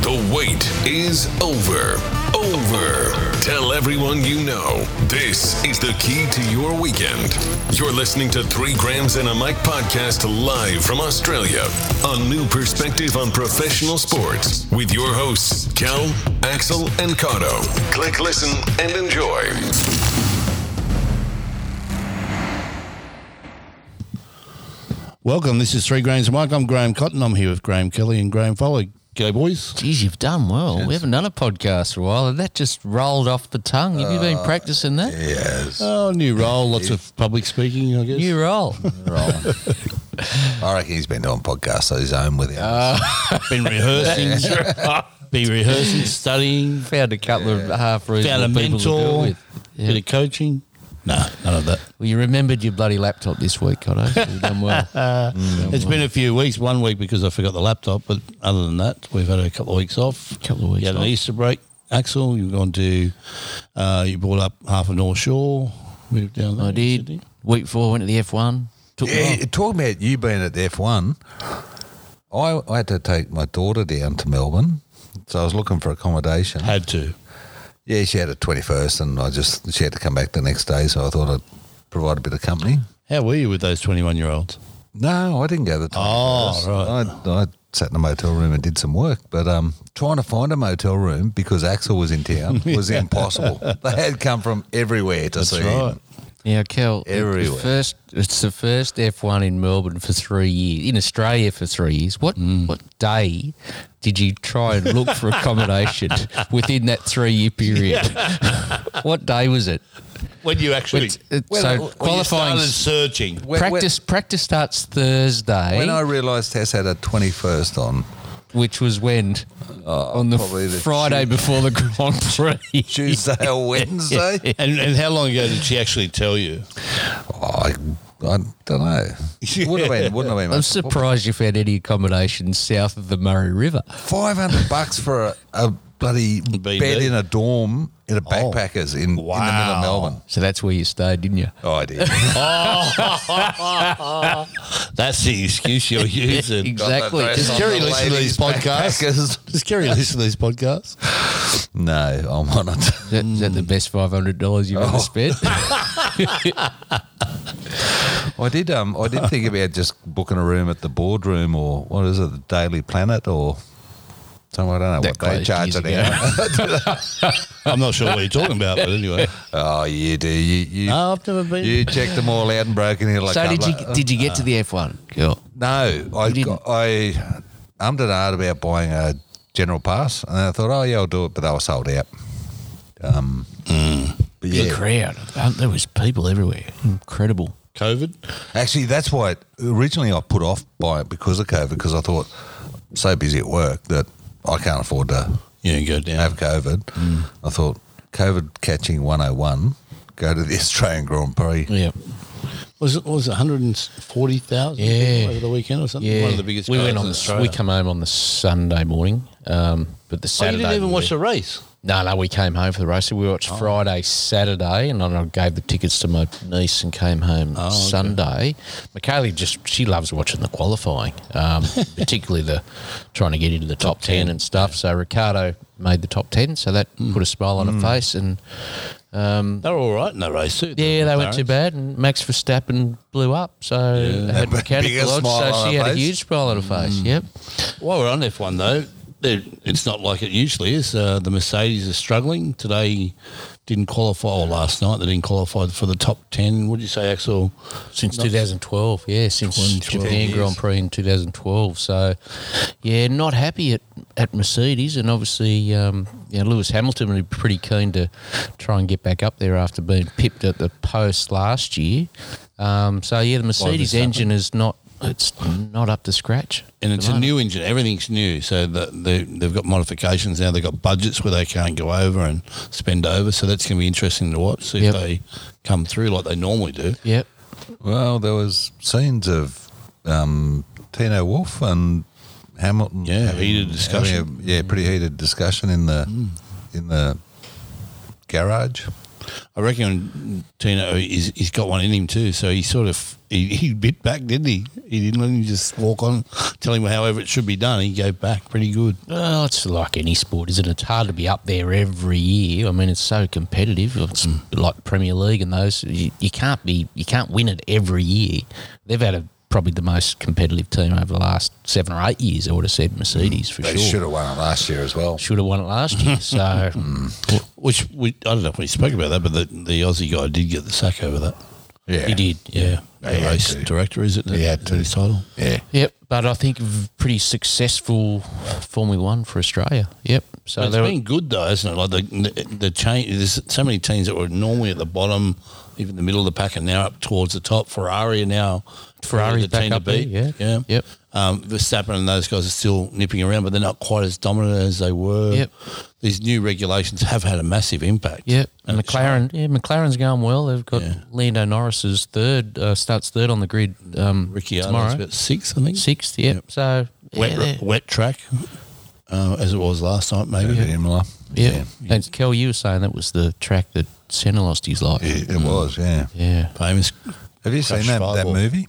The wait is over. Over. Tell everyone you know. This is the key to your weekend. You're listening to Three Grams and a Mic podcast live from Australia. A new perspective on professional sports with your hosts, Cal, Axel, and Cotto. Click, listen, and enjoy. Welcome. This is Three Grains of Mike. I'm Graham Cotton. I'm here with Graham Kelly and Graham Foley. Go boys. Geez, you've done well. We haven't done a podcast for a while, and that just rolled off the tongue. Have you been practicing that? Uh, Yes. Oh, new role. Lots of public speaking, I guess. New role. I reckon he's been doing podcasts on his own with him. Been rehearsing. been rehearsing, studying, Found a couple of half found a reasonable people to deal mentor, with. Yeah. bit of coaching. No, none of that. Well, you remembered your bloody laptop this week, Cotto. You've done well. It's been a few weeks. One week because I forgot the laptop, but other than that, we've had a couple of weeks off. Couple of weeks You had off. an Easter break. Axel, you've gone to. Uh, you brought up half of North Shore. Moved down there. I did. Week four, went to the F1. Took me Yeah, talking about you being at the F1, I, I had to take my daughter down to Melbourne. So I was looking for accommodation. Had to. Yeah, she had a 21st and I just, she had to come back the next day. So I thought I'd provide a bit of company. How were you with those 21 year olds? No, I didn't go the 21st. Oh, I, I sat in a motel room and did some work. But um, trying to find a motel room because Axel was in town was impossible. They had come from everywhere to see him. Now, Kel, it- Everywhere. The first, it's the first F1 in Melbourne for three years, in Australia for three years. What Mm. what day did you try and look for accommodation within that three year period? what day was it? When you actually. It's- it's- Well, so well, you qualifying started searching. When- when- practice practice starts Thursday, When I realised Tess had a 21st on, which was when on the Oh, probably the Friday before the Grand Prix. Tuesday or Wednesday, And, and how long ago did she actually tell you? Oh, I, I don't know. Wouldn't have been, wouldn't have been I'm much. surprised you found any accommodation south of the Murray River. 500 bucks for a, a bloody B&B. bed in a dorm in a backpackers in, in the middle Wow. of Melbourne. So that's where you stayed, didn't you? Oh, I did. That's the excuse you're using. Exactly. dress Just on. Kerry the listen to these ladies' podcasts? backpackers. Does Kerry listen to these podcasts? no, I'm on it. Is that, is that the best five hundred dollars you've Oh. ever spent? I did. Um, I did think about just booking a room at the boardroom or what is it, the Daily Planet or somewhere. I don't know That what they closed charge years an ago. hour. I'm not sure what you're talking about, but anyway. oh, you do. You, you, No, I've never been. you checked them all out and broke in here like. Oh, so I'm did you like, uh, did you get to the F one? Cool. No, I didn't? I ummed and ahed about buying a general pass, and I thought, oh yeah, I'll do it, but they were sold out. Um, but Big yeah, crowd. Um, there was people everywhere. Incredible. COVID? actually, that's why it, originally I put off buying it because of COVID, because I thought I'm so busy at work that I can't afford to Yeah, go down. have COVID. I thought COVID catching 101, go to the Australian Grand Prix. Yeah. was it was it 140,000 Yeah. people over the weekend or something? Yeah. One of the biggest We crowds went in on. The, Australia. we come home on the Sunday morning, um, but the oh, you Saturday. didn't even we- watch the Oh. race. No, no, we came home for the race. So we watched Friday, Saturday, and then I gave the tickets to my niece and came home Oh, Sunday. Michaela just she loves watching the qualifying, um, particularly the trying to get into the top, ten, and stuff. So Ricardo made the top ten, so that Mm. put a smile on her face. And They were all right in the race too. Mm. yeah, they weren't too McLarens. bad. And Max Verstappen blew up, so they had But mechanical bigger odds. smile So on she her had a face. huge smile on her face. Mm. Yep. While we're on F1 though, there- it's not like it usually is. Uh, the Mercedes are struggling today. Didn't qualify or last night. They didn't qualify for the top ten. What did you say, Axel? Since 2012, yeah, since 2012 Japan years. Grand Prix in 2012. So, yeah, not happy at, at Mercedes, and obviously, um, you know, Lewis Hamilton would be pretty keen to try and get back up there after being pipped at the post last year. Um, so, yeah, the Mercedes engine is not it's not up to scratch. And it's a new engine. Everything's new. So the, the, they've got modifications now. They've got budgets where they can't go over and spend over. So that's going to be interesting to watch. See Yep. if they come through like they normally do. Yep. Well, there was scenes of um, Tino Wolf and Hamilton. Yeah, heated discussion. Mm. having a- yeah, pretty heated discussion in the in the garage. I reckon Tino is he's got one in him too. So he sort of he, he bit back, didn't he? He didn't let him just walk on, tell him however it should be done. He gave back pretty good. Well, it's like any sport, isn't it? It's hard to be up there every year. I mean, it's so competitive. It's Hmm. like Premier League and those. You, you can't be, you can't win it every year. They've had a, probably the most competitive team over the last seven or eight years. I would have Hmm. said Mercedes for They should sure. have won it last year as well. Should have won it last year. So hmm. Which we I don't know if we spoke about that, but the, the Aussie guy did get the sack over that. Yeah. he did. Yeah, He the had race to. director is it? He had to. His title. Yeah. Yep, but I think v- pretty successful Formula One for Australia. Yep. So But there it's were- been good though, isn't it? Like the the, the change. There's so many teams that were normally at the bottom, even the middle of the pack, are now up towards the top. Ferrari are now Ferrari's the back team to up there, beat. yeah. yeah, Yep. Um, Verstappen and those guys are still nipping around, but they're not quite as dominant as they were. Yep. These new regulations have had a massive impact. Yep, And and it's showing. McLaren. Yeah, McLaren's going well. They've got Yeah. Lando Norris's third uh, starts third on the grid. Um, Ricciardo's tomorrow about six, I think. sixth. Yep. So Wet, yeah, they're- wet track, uh, as it was last night, maybe. Imola. yeah. And Kel, you were saying that was the track that Senna lost his life. It, it was, yeah. Yeah. Famous. Have you Mm. Crash seen that, that Fireball. movie?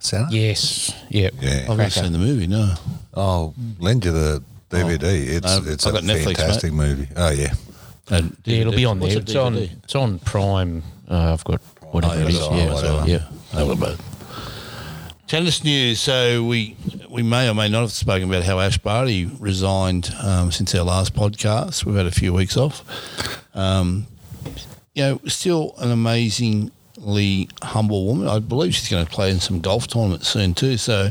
Senna? Yes. Yep. Yeah. I've never seen the movie. No. I'll Oh, lend you the DVD. It's Oh. No, it's I've a got Netflix, fantastic movie. Oh yeah, And Yeah, it'll be on what's there. a It's on. DVD? It's on Prime. Uh, I've got whatever Oh, yeah, it is. it's on Yeah. whatever. Yeah. They were both. Tennis news. So we we may or may not have spoken about how Ash Barty resigned um, since our last podcast. We've had a few weeks off. Um, you know, still an amazingly humble woman. I believe she's going to play in some golf tournaments soon too. So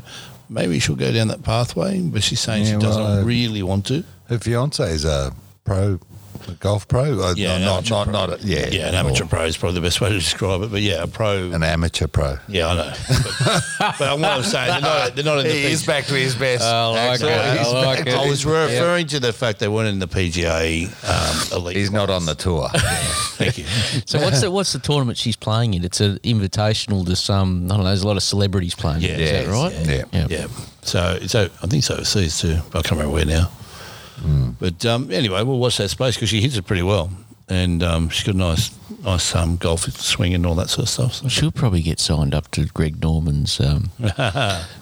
maybe she'll go down that pathway. But she's saying Yeah, she doesn't well, uh, really want to. her fiance is a pro, a golf pro. Uh, Yeah, yeah, an not amateur not pro. not a, yeah Yeah, an amateur pro is probably the best way to describe it. But yeah, a pro. an amateur pro. Yeah, I know. But, but what I'm saying, they're not, they're not in the big- back to his best. Oh, I like Axel. it. I He's like back it. to I was his- referring to the fact they weren't in the PGA um, elite. He's not on the tour. Thank you. So what's the what's the tournament she's playing in? It's an invitational to some. I don't know. There's a lot of celebrities playing. Yeah. it. Is Yes, that right? Yeah. yeah. yeah. So it's o- I think it's overseas too, but I can't remember where now. Hmm. But um, anyway, we'll watch that space because she hits it pretty well, and um, she's got a nice, nice um, golf swing and all that sort of stuff. So She'll probably get signed up to Greg Norman's. Um,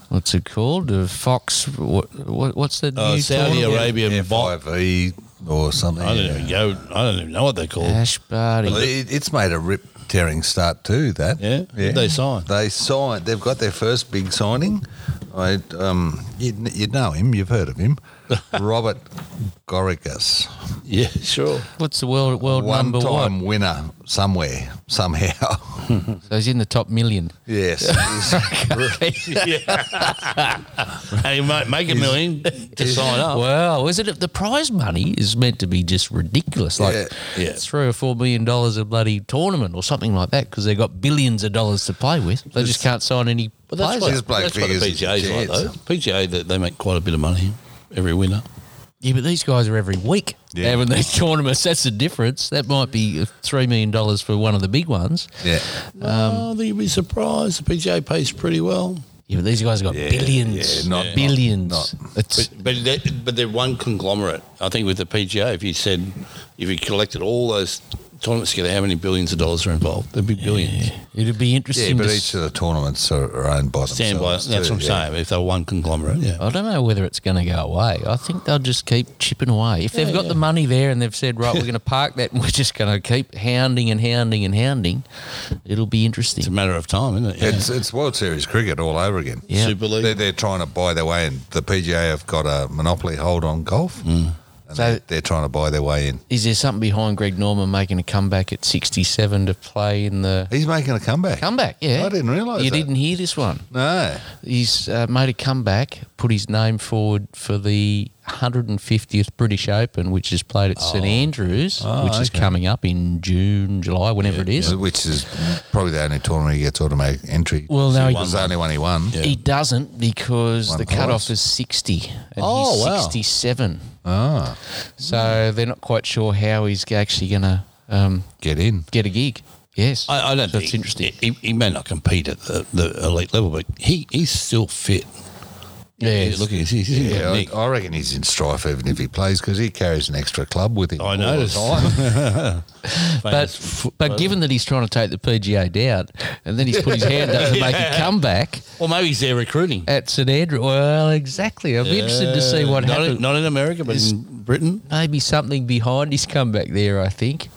what's it called? Uh, Fox. What, what, what's the Uh, new Saudi tournament? Arabian bot. FIV or something. I don't yeah. even go. I don't even know what they're called. Ash Barty. Well, it, it's made a rip tearing start too. That Yeah? Who'd they sign? They signed. They've got their first big signing. I um, you'd, you'd know him. You've heard of him, Robert Gorigas, Yeah, sure. What's the world world one number time one? winner somewhere somehow. So he's in the top million. yes, he's- And you might make a million to sign up. Wow, isn't it? The prize money is meant to be just ridiculous, like Yeah. Yeah. three or four million dollars a bloody tournament or something like that, because they've got billions of dollars to play with. They just can't sign any But that's players. what, Just bloke that's what the figures PGA's like, jets. though. PGA, they, they make quite a bit of money every winter. Yeah, but these guys are every week Yeah. having these tournaments. That's the difference. That might be three million dollars for one of the big ones. yeah. oh, you'd be surprised. The PGA pays pretty well. Yeah, but these guys have got billions, yeah, not- Yeah. billions. not- it's But but they're, but they're one conglomerate. I think with the PGA, if you said, if you collected all those tournaments together, how many billions of dollars are involved? There'd be billions. it'd be Yeah, interesting. but to each of the tournaments are, are owned by Stand by. themselves. That's what too, I'm yeah. saying. If they're one conglomerate, yeah. I don't know whether it's going to go away. I think they'll just keep chipping away. If they've got the money there and they've said, right, we're going to park that and we're just going to keep hounding and hounding and hounding, it'll be interesting. It's a matter of time, isn't it? Yeah. It's it's World Series cricket all over again. Yeah. Super League. They're, they're trying to buy their way in. The PGA have got a monopoly hold on golf, and So- they, they're trying to buy their way in. Is there something behind Greg Norman making a comeback at 67 to play in the He's making a comeback. comeback? Yeah. I didn't realise You that. didn't hear this one. no, He's uh, made a comeback, put his name forward for the 150th British Open, which is played at Oh. St Andrews, Ah, which is coming up in June, July, whenever it is. which is probably the only tournament he gets automatic entry. Well, now he- was the only one he won. Yeah. He doesn't because One the cutoff prize. is 60 and Oh, he's wow. 67. Ah, So they're not quite sure how he's actually going to um, get in. get a gig. Yes. I, I don't So think it's interesting. He, he may not compete at the, the elite level, but he, he's still fit. Yeah, Yeah, look, he's, he's, he's Yeah, got I, Nick. I reckon he's in strife even if he plays because he carries an extra club with him. I all the noticed. time. Famous But, foot- but given that he's trying to take the PGA down and then he's put his hand up to make a comeback well, maybe he's there recruiting. Uh, at St Andrew, well, exactly. I'm interested to see what not happens. In, not in America, but Is- in Britain. Maybe something behind his comeback there, I think.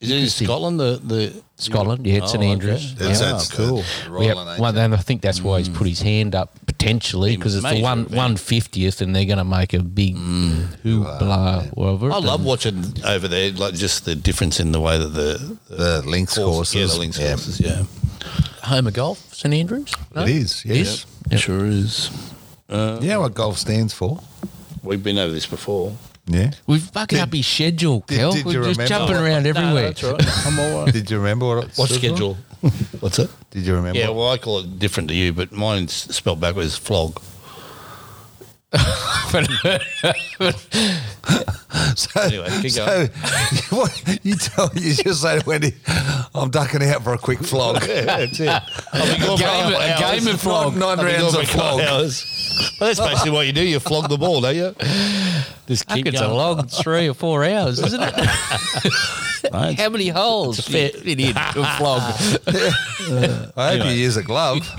Is it in Scotland? The, the Scotland, yeah, it's St okay. Andrews. Yeah, That's- oh, that's- cool. that's Yeah, rolling, eh? Mm. ain't one, and I think that's why he's put his hand up potentially because it's the Major one event. one fiftieth, and they're going to make a big Mm. hoopla over it. I love watching over there, like just the difference in the way that the, the The links horses. yeah, the links courses, yeah. Homer Golf, St Andrews. No? It is, yes. Yep. Sure is. You know what golf stands for? We've been over this before. Yeah. We've fucking up his schedule, did- Kel. did We're you just remember jumping what- around everywhere. I'm all right. Oh, Did you remember what it What stood for? schedule? What's it? Did you remember? Yeah, well, I call it different to you, but mine's spelled backwards, flog. So, Anyway, keep going. So, what, you tell you just say to Wendy, I'm ducking out for a quick flog. That's it. I'll be gone for game- a a couple hours. game of flog. Nine- nine I'll be rounds gone of for a couple flog. hours. Well, that's basically what you do. You flog the ball, don't you? Just Fuck, keep it's going. a long three or four hours, isn't it? Right. How many holes fit in a flog? I hope Anyway. you use a glove.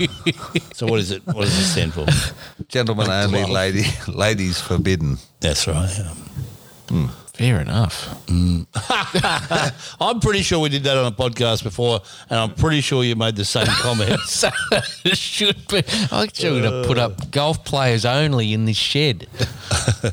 So what is it? What does it stand for? Gentlemen only, lady, ladies forbidden. That's right. yeah. Fair enough. I'm pretty sure we did that on a podcast before, and I'm pretty sure you made the same comment. So it should be. I'm going to put up golf players only in this shed.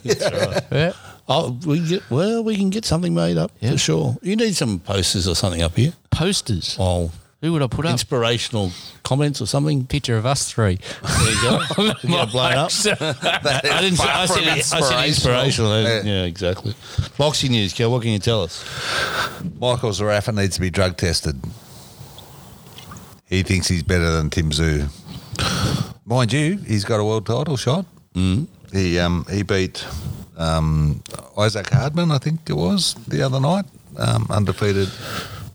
Yeah. oh, we get, well, we can get something made up Yeah. for sure. You need some posters or something up here. Posters. Oh, Who would I put up? inspirational comments or something. Picture of us three. There you go. You get blown up. I didn't. Say, I, Far said, from I said inspirational. Yeah. exactly. Boxing news, Kel. What can you tell us? Michael Zarafa needs to be drug tested. He thinks he's better than Tim Zoo. Mind you, he's got a world title shot. Mm. He um, he beat um, Isaac Hardman, I think it was, the other night, um, undefeated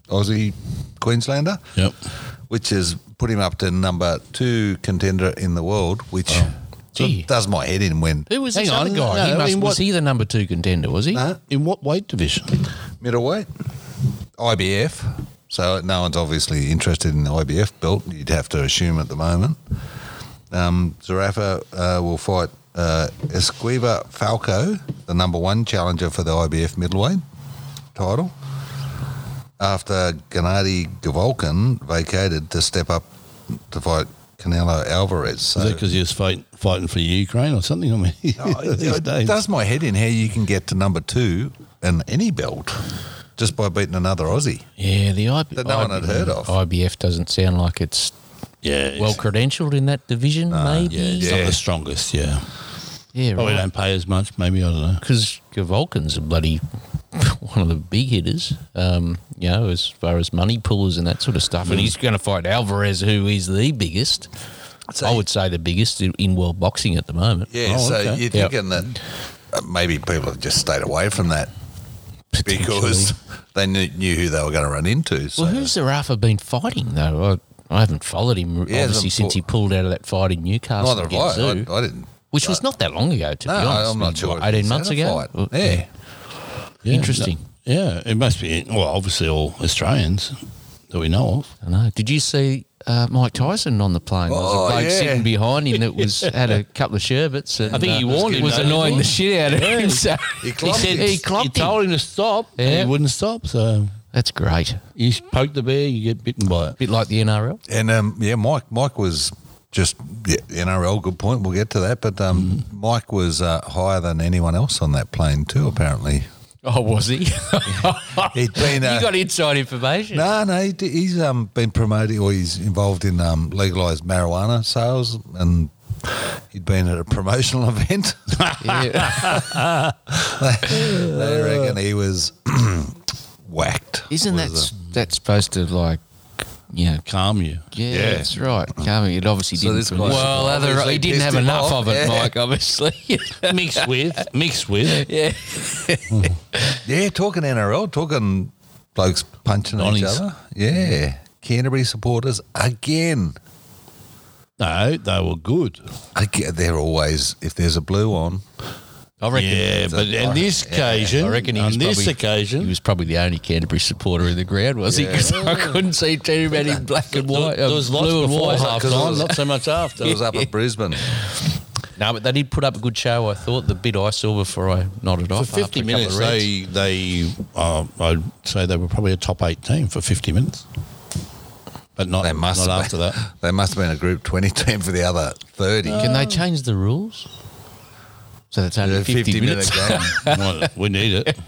Aussie Queenslander, Yep. which has put him up to number two contender in the world, which Gee. does my head in when Who was Hang this on, other guy? no, he I must, mean, was what- he the number two contender? Was he? No. In what weight division? middleweight, IBF. So no one's obviously interested in the IBF belt. You'd have to assume at the moment. Um, Zarafa uh, will fight uh, Esquiva Falco, the number one challenger for the IBF middleweight title, after Gennady Golovkin vacated to step up to fight Canelo Alvarez. So Is that because he was fight, fighting for Ukraine or something? I mean, these it days. does my head in how you can get to number two in any belt just by beating another Aussie. Yeah, the IB, That no one had heard of. IBF doesn't sound like it's yeah, it's- well credentialed in that division. maybe. yeah, it's not Yeah. the strongest. Yeah, yeah probably right. don't pay as much. Maybe I don't know. because Golovkin's a bloody one of the big hitters, um, you know, as far as money pullers and that sort of stuff. And he's going to fight Alvarez, who is the biggest. I would say the biggest in- in world boxing at the moment. Yeah, Oh, so okay. you're Yep. thinking that uh, maybe people have just stayed away from that because they knew, knew who they were going to run into. So Well, who's Zarafa been fighting though? I, I haven't followed him Yeah, obviously the- since he pulled out of that fight in Newcastle, neither have against I. I. Zoo, I didn't. which was not that long ago. To No, be honest, I'm I mean, not sure. what, if eighteen he's months had a ago. fight. Yeah. Yeah, Interesting. no- yeah, it must be. Well, obviously all Australians that we know of. I know. Did you see uh, Mike Tyson on the plane? There was Oh, a bloke yeah. sitting behind him that was had a couple of sherbets. And, I think he warned him. Was though, annoying didn't the shit out of him. So He clocked said him. he you clocked him. told him to stop, and Yeah. he wouldn't stop. So That's great. you poke the bear, you get bitten by it. bit like the NRL. And um, yeah, Mike. Mike was just yeah, NRL. Good point. We'll get to that. But um, Mike was uh, higher than anyone else on that plane too. Apparently, Oh, was he? he'd been. Uh, you got inside information. no, no, he, d- he's um, been promoting or he's involved in um, legalized marijuana sales, and he'd been at a promotional event. Yeah. they reckon he was whacked. Uh, Isn't Was that s- that supposed to like, you know? Calm you. Yeah, that's right. Carmen, it obviously So didn't. this guy- well, other, obviously he didn't pissed have him enough off. of it, Yeah. Mike. Obviously, Mixed with, mixed with. yeah. Yeah, talking NRL, talking blokes punching Donnies. each other. Yeah. Canterbury supporters again. No, they were good. I get, they're always if there's a blue on. I reckon. Yeah, it's a- but on this yeah, occasion, I reckon he was on this probably, occasion, he was probably the only Canterbury supporter in the ground, was he? 'Cause I couldn't see too many black and there, white. there uh, was lots blue and before white half half time, times. not so much after. It was up at Brisbane. No, but they did put up a good show. I thought the bit I saw before I nodded for off. 50 after a couple of minutes, reds. they, they uh, I'd say they were probably a top eight team for 50 minutes. But not, They must not have after been- that. They must have been a group twenty team for the other thirty. Can they change the rules? So that's only The 50, minutes. minute game. Well, we need it.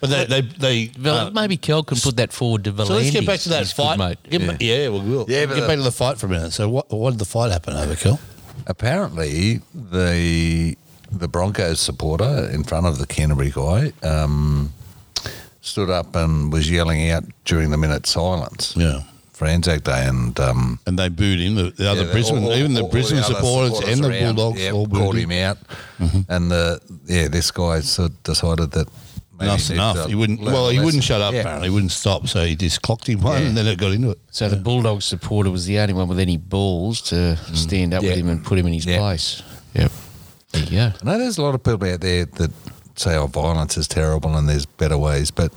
But they, they, they Well, uh, maybe Kel can put that forward to Valenti. so let's get back to that He's good, fight. mate. Get ba- yeah. we will. Yeah, but uh, get the- back to the fight for a minute. So, what, what did the fight happen over, Kel? Apparently, the the Broncos supporter in front of the Canterbury guy um, stood up and was yelling out during the minute silence Yeah. for Anzac Day, and um, And they booed him. The, the other Yeah, Brisbane, all- all- even the all Brisbane other supporters, and the around, Bulldogs yeah, all Mm-hmm. called booed him him. out, and the yeah, this guy sort of decided that maybe Enough's he needed enough. to He wouldn't. learn Well, a he lesson. wouldn't shut up. Yeah. Apparently, he wouldn't stop. So he just clocked him one, Yeah. and then it got into it. So the Bulldog supporter was the only one with any balls to Mm. stand up Yeah. with him and put him in his Yeah. place. Yep. There you go. I know there's a lot of people out there that say, "Oh, violence is terrible," and there's better ways, but.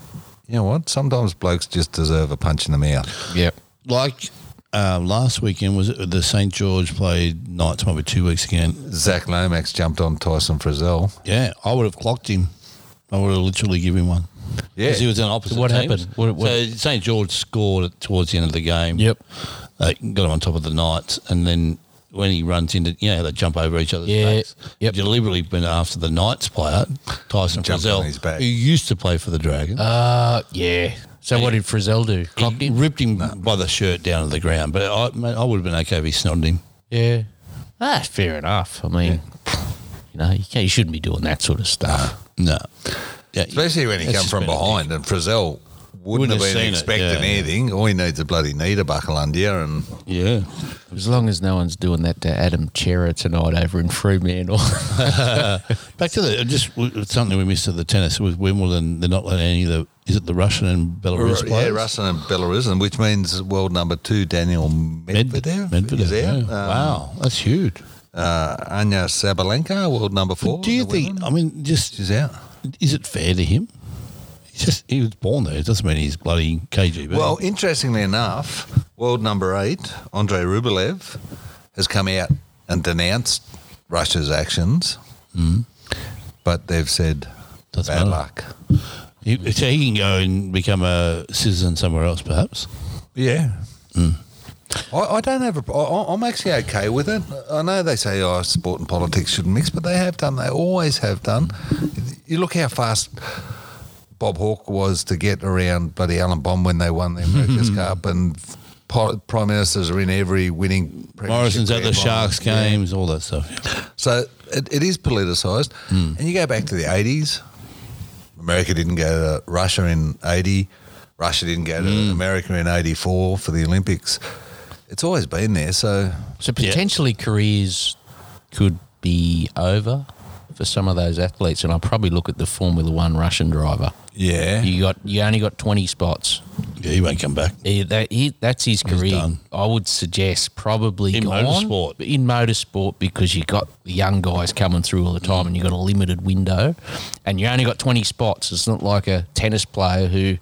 You know what? Sometimes blokes just deserve a punch in the mouth. Yep. Like um, last weekend was it the St George played Knights maybe two weeks again. Zach Lomax jumped on Tyson Frizzell. Yeah, I would have clocked him. I would have literally given him one. Yeah. because he was in opposite. What teams. happened? What- what- So St George scored at- towards the end of the game. Yep. they got him on top of the Knights, and then when he runs into you know how they jump over each other's Yeah, backs. yep. He deliberately went after the Knights player Tyson Jumped on his Frizzell, back. who used to play for the Dragons. Uh, yeah. So what did Frizzell do? Clocked he him? ripped him by the shirt down to the ground, but I, mate, I would have been okay if he snodded him. Yeah. Ah, fair enough. I mean, you know, you, can't, you shouldn't be doing that sort of stuff. No. Yeah, Especially when he that's come just from been a behind, and Frizzell Wouldn't wouldn't, have have seen been it, expecting yeah, yeah. anything. All he needs is a bloody knee to buckle under you, and dick. Yeah. As long as no one's doing that to Adam Chera tonight over in Fremantle. Back to the uh, just w- something we missed at the tennis with Wimbledon. They're not letting any of the is it the Russian and Belarus yeah, players? Russian and Belarusian, which means world number two Daniel Med- Medvedev, is Medvedev, out. yeah. Um, wow, that's huge. uh, Anya Sabalenka, world number four. Do you the think? women, I mean, just she's out? is it fair to him? He's just he was born there. It doesn't mean he's bloody KGB. Well, interestingly enough, world number eight Andrei Rublev has come out and denounced Russia's actions, but they've said Hmm. Doesn't bad matter. luck. he, so he can go and become a citizen somewhere else, perhaps. Yeah. Mm. I, I don't have a. I, I'm actually okay with it. I know they say oh, sport and politics shouldn't mix, but they have done. They always have done. You look how fast Bob Hawke was to get around bloody Alan Bomb when they won the America's Cup, and po- prime ministers are in every winning. premiership Morrison's at the grand final. Sharks Yeah. games, all that stuff. So it, it is politicised. Hmm. And you go back to the 80s, America didn't go to Russia in 80, Russia didn't go to Hmm. America in 84 for the Olympics. It's always been there. So, So potentially careers could be over for some of those athletes, and I'll probably look at the Formula One Russian driver. yeah. You got you only got twenty spots. Yeah, he won't come back. He- that- he- that's his career. done. I would suggest probably In gone. motorsport. But in motorsport because you got the young guys coming through all the time, and you got a limited window, and you only got twenty spots. It's not like a tennis player who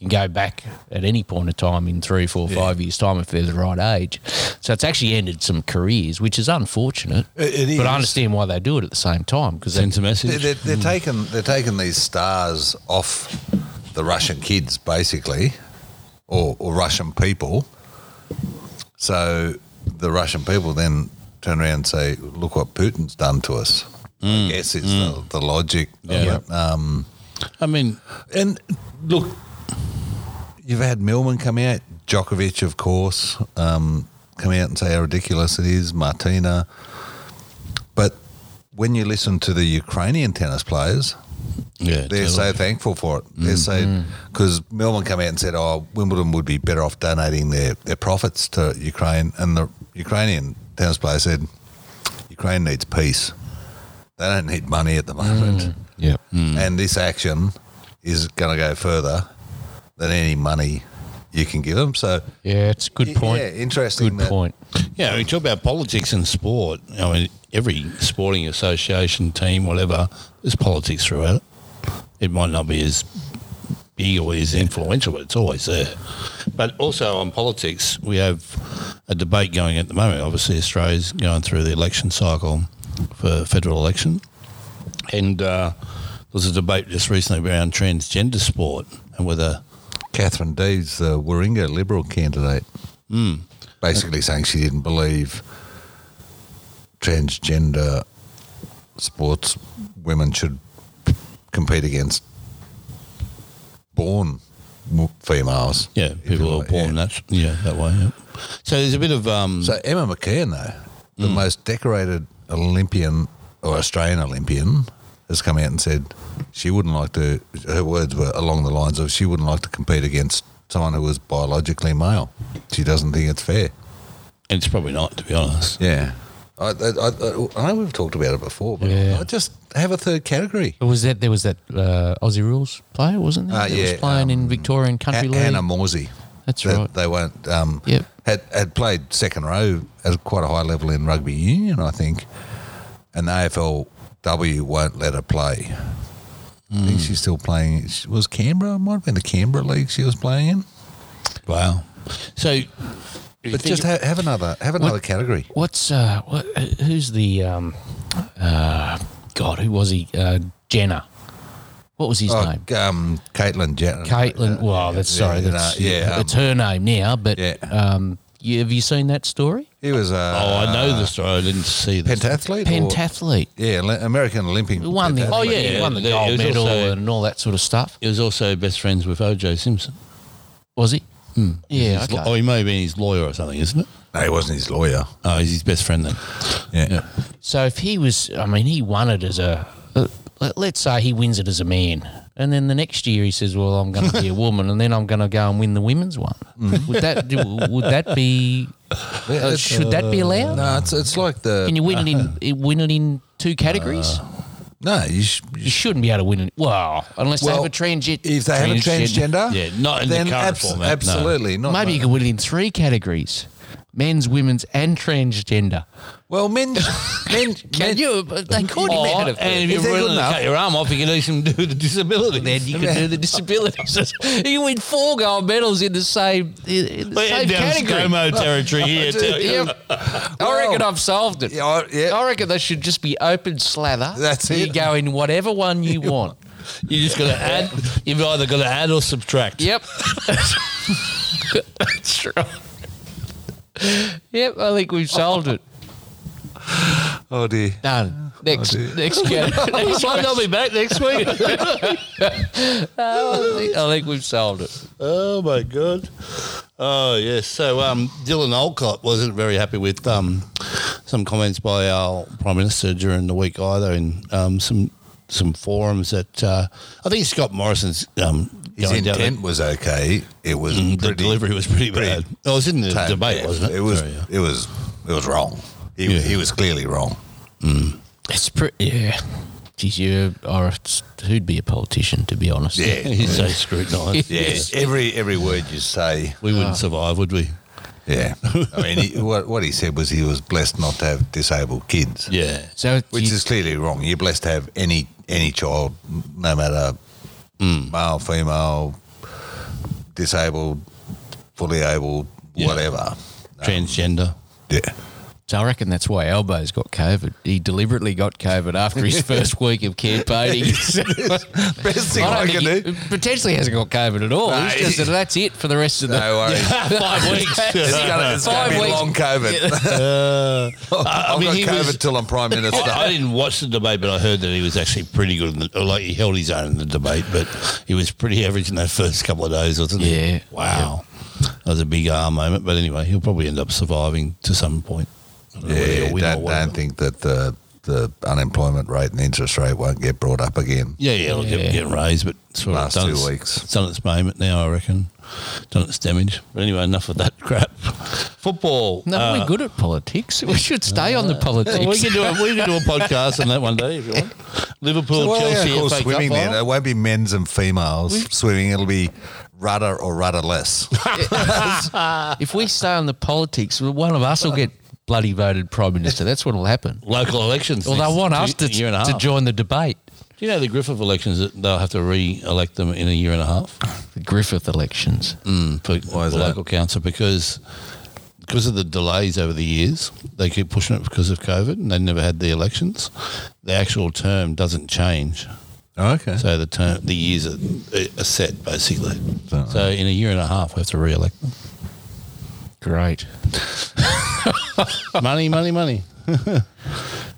can go back at any point of time in three, four, five years' time if they're the right age. So it's actually ended some careers, which is unfortunate. It- it but is. I understand Hmm. why they do it at the same time because Sends a They're, message. they're, they're, taking, they're taking these stars off the Russian kids, basically, or, or Russian people. So the Russian people then turn around and say, look what Putin's done to us. Hmm. I guess is the, the logic. Yeah. Of it. Um, I mean, And look, you've had Milman come out, Djokovic, of course, um, come out and say how ridiculous it is, Martina. But when you listen to the Ukrainian tennis players, yeah, they're so thankful for it. Mm, They're so because Melbourne came out and said, "Oh, Wimbledon would be better off donating their, their profits to Ukraine." And the Ukrainian tennis player said, "Ukraine needs peace. They don't need money at the Mm. moment." yeah. and this action is going to go further than any money you can give them. So Yeah, it's a good Yeah, point. yeah, interesting Good that- point. Yeah, we talk about politics and sport. I mean, every sporting association, team, whatever, there's politics throughout it. It might not be as big or as influential, but it's always there. But also on politics, we have a debate going at the moment. Obviously, Australia's going through the election cycle for federal election. And uh, there was a debate just recently around transgender sport and whether Catherine Deeds, the Warringah Liberal candidate, Hmm. basically saying she didn't believe transgender sports women should compete against born w- females. yeah, if you people are like, born yeah. that yeah that way. Yeah. So there's a bit of um, So Emma McKeon, though, the Mm. most decorated Olympian or Australian Olympian, has come out and said she wouldn't like to. Her words were along the lines of she wouldn't like to compete against someone who was biologically male. She doesn't think it's fair. and it's probably not to be honest. Yeah. I, I, I, I know we've talked about it before, but Yeah. I just have a third category. But was that there was that uh, Aussie rules player, wasn't there? Uh, that yeah, was playing in um, Victorian Country A- League. Anna Morsey. That's They- right. They weren't. Um, Yep. Had had played second row at quite a high level in rugby union, I think, and the AFLW won't let her play. I Hmm. think she's still playing. She was Canberra. It might have been the Canberra league she was playing in. Wow. So, if you But think just ha- have another have another category. What's uh, what, who's the um, uh, God? Who was he? Uh, Jenner. What was his Oh, name? um, Caitlin. Jan- Caitlin. uh, Well, that's sorry. yeah, That's, no, yeah, um, it's her name now. But yeah. um, you, have you seen that story? He was a oh, I know Uh, the story. I didn't see this. pentathlete. or- Pentathlete. Yeah, Le- American Olympic. Who won the? Oh. pentathlete. Oh yeah, yeah, he won the yeah, it gold was medal also- and all that sort of stuff. He was also best friends with OJ Simpson. Was he? Hmm. Yeah. His Okay. lo- Oh, he may have been his lawyer or something, isn't it? No, he wasn't his lawyer. Oh, he's his best friend then. yeah. So if he was, I mean, he won it as a. let- Let's say he wins it as a man, and then the next year he says, "Well, I'm going to be a woman, and then I'm going to go and win the women's one." Mm-hmm. Would that do- would that be? uh, it's- should that be allowed? No, it's it's like the Can you win it in you win it in two categories? Uh, no. You, sh- you you sh- shouldn't be able to win it. Well, unless Well, they have a transgender. if they have a transgender, Yeah, not in the then current format, no. Absolutely not. maybe you could win it in three categories: men's, women's, and transgender. Well, men, men, Oh, Can men you? uh, They could. Or- man, if- Oh, and Is if you're that good willing to enough? cut your arm off, you can even do the disability. then you can do the disabilities. you win four gold medals in the same, in the We're same down category. ScoMo territory here. dude. tell you. Yep. I Well, reckon I've solved it. yeah, I- oh, yeah. I reckon they should just be open slather. That's You it. go in whatever one you want. You just got to add. You've either got to add or subtract. Yep. That's right. Yep, I think we've solved it. Oh dear. Done. Next, dear. next, category. next Might not question. be back next week. I think- I think we've solved it. Oh my god! Oh yes. So um, Dylan Olcott wasn't very happy with um, some comments by our Prime Minister during the week either, in um, some some forums that uh, I think Scott Morrison's um, His going down the- intent was okay. It was Mm, the, pretty delivery was pretty, pretty bad. Oh, it was in the tame. debate, Yeah, wasn't it? It was. Sorry, yeah. It was. It was wrong. He, Yeah. he was clearly wrong. It's pretty. Yeah. Geez, you are. Who'd be a politician, to be honest? Yeah. He's so scrutinised. Yes. Every every word you say. We wouldn't survive, would we? Yeah. I mean, he, what what he said was he was blessed not to have disabled kids. Yeah. So Which you- is clearly wrong. You're blessed to have any any child, no matter Hmm. male, female, disabled, fully able, Yeah. whatever. Transgender. Yeah. So I reckon that's why Elbow's got COVID. He deliberately got COVID after his first week of campaigning. Best thing I I, don't can think do. he potentially hasn't got COVID at all. No, He's just he- that that's it for the rest of the No worries. Five weeks. It's gonna, it's gonna Five be weeks. long COVID. Uh, I I've mean, got he COVID was- till I'm prime minister. Well, I didn't watch the debate, but I heard that he was actually pretty good. In the, or like he held his own in the debate, but he was pretty average in that first couple of days, wasn't he? Yeah. Wow. That was a big R moment. But anyway, he'll probably end up surviving to some point. I don't know whether yeah, he'll win or don't, whatever. don't think that the the unemployment rate and the interest rate won't get brought up again. Yeah, yeah, it'll Yeah. Get, get raised, but sort Last of done two its, weeks. It's done its moment now, I reckon. Done its damage. But anyway, enough of that crap. Football. No, Uh, we're good at politics. We should stay on the politics. we can do a, we can do a podcast on that one day if you want. Liverpool, Well, yeah, Chelsea, of course, FA Cup swimming final. Mm-hmm. then. It won't be men's and females swimming. It'll be rudder or rudderless. If we stay on the politics, well, one of us will get bloody voted prime minister. That's what will happen. Local elections. Well, next they want two- us to, year and a to half. join the debate. Do you know the Griffith elections that they'll have to re-elect them in a year and a half The Griffith elections. mm, for Why is the that? local council because because of the delays over the years they keep pushing it because of COVID and they never had the elections. The actual term doesn't change, okay. so the term the years are, are set basically. So- So in a year and a half we have to re-elect them. Great. money, money, money. yeah,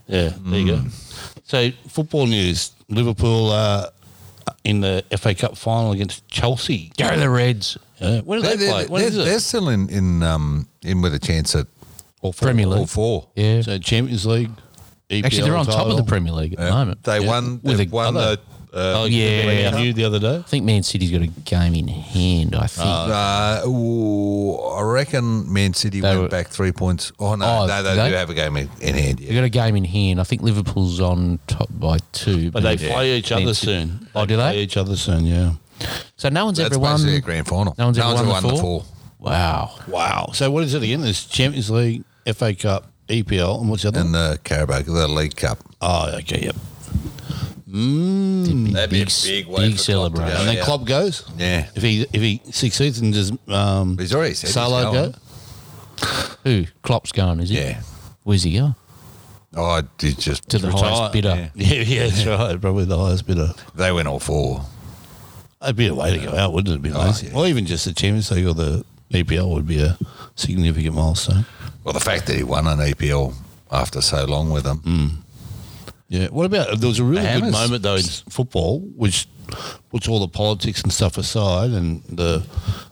there you go. Mm. So, football news: Liverpool uh, in the FA Cup final against Chelsea. Go the Reds. Yeah. When do they're, they they're- play? When they're- is they're it? still in in um, in with a chance at Premier all League. four. Yeah. So, Champions League. EPL Actually, they're on top of the title. Premier League at the moment. They Yeah. won. With They a- won are the. Uh, Oh, Yeah. yeah, reviewed the other day. I think Man City's got a game in hand, I think. uh, ooh, I reckon Man City They went were- back three points. Oh no, Oh, no, they, they- do have a game in, in hand. They've Yeah. got a game in hand. I think Liverpool's on top by two. But they play each other soon. Oh, do Play they? each other soon, yeah. So no one's That's ever won. basically a grand final. No one's ever won the won four? Wow. Wow. So, what is it again? There's Champions League, FA Cup, EPL, and what's the other? in one? the Carabao, the League Cup. oh, okay, yep. That'd be a s- big way big for Klopp to go. celebration. And then yeah. Klopp goes. Yeah. If he if he succeeds and does um, He's already said he's Salah going. go? Who? Klopp's going, is he? Yeah. Where's he going? Oh, I did just To the highest bidder. Yeah, yeah, that's right. Probably the highest bidder. they went all four. It'd be a way to go out, wouldn't it? It'd be Oh, lazy. yeah. Or even just the Champions League or the EPL would be a significant milestone. Well, the fact that he won an EPL after so long with them, Mm. Yeah. What about there was a really The good Hammers. moment though in s- football, which puts all the politics and stuff aside and the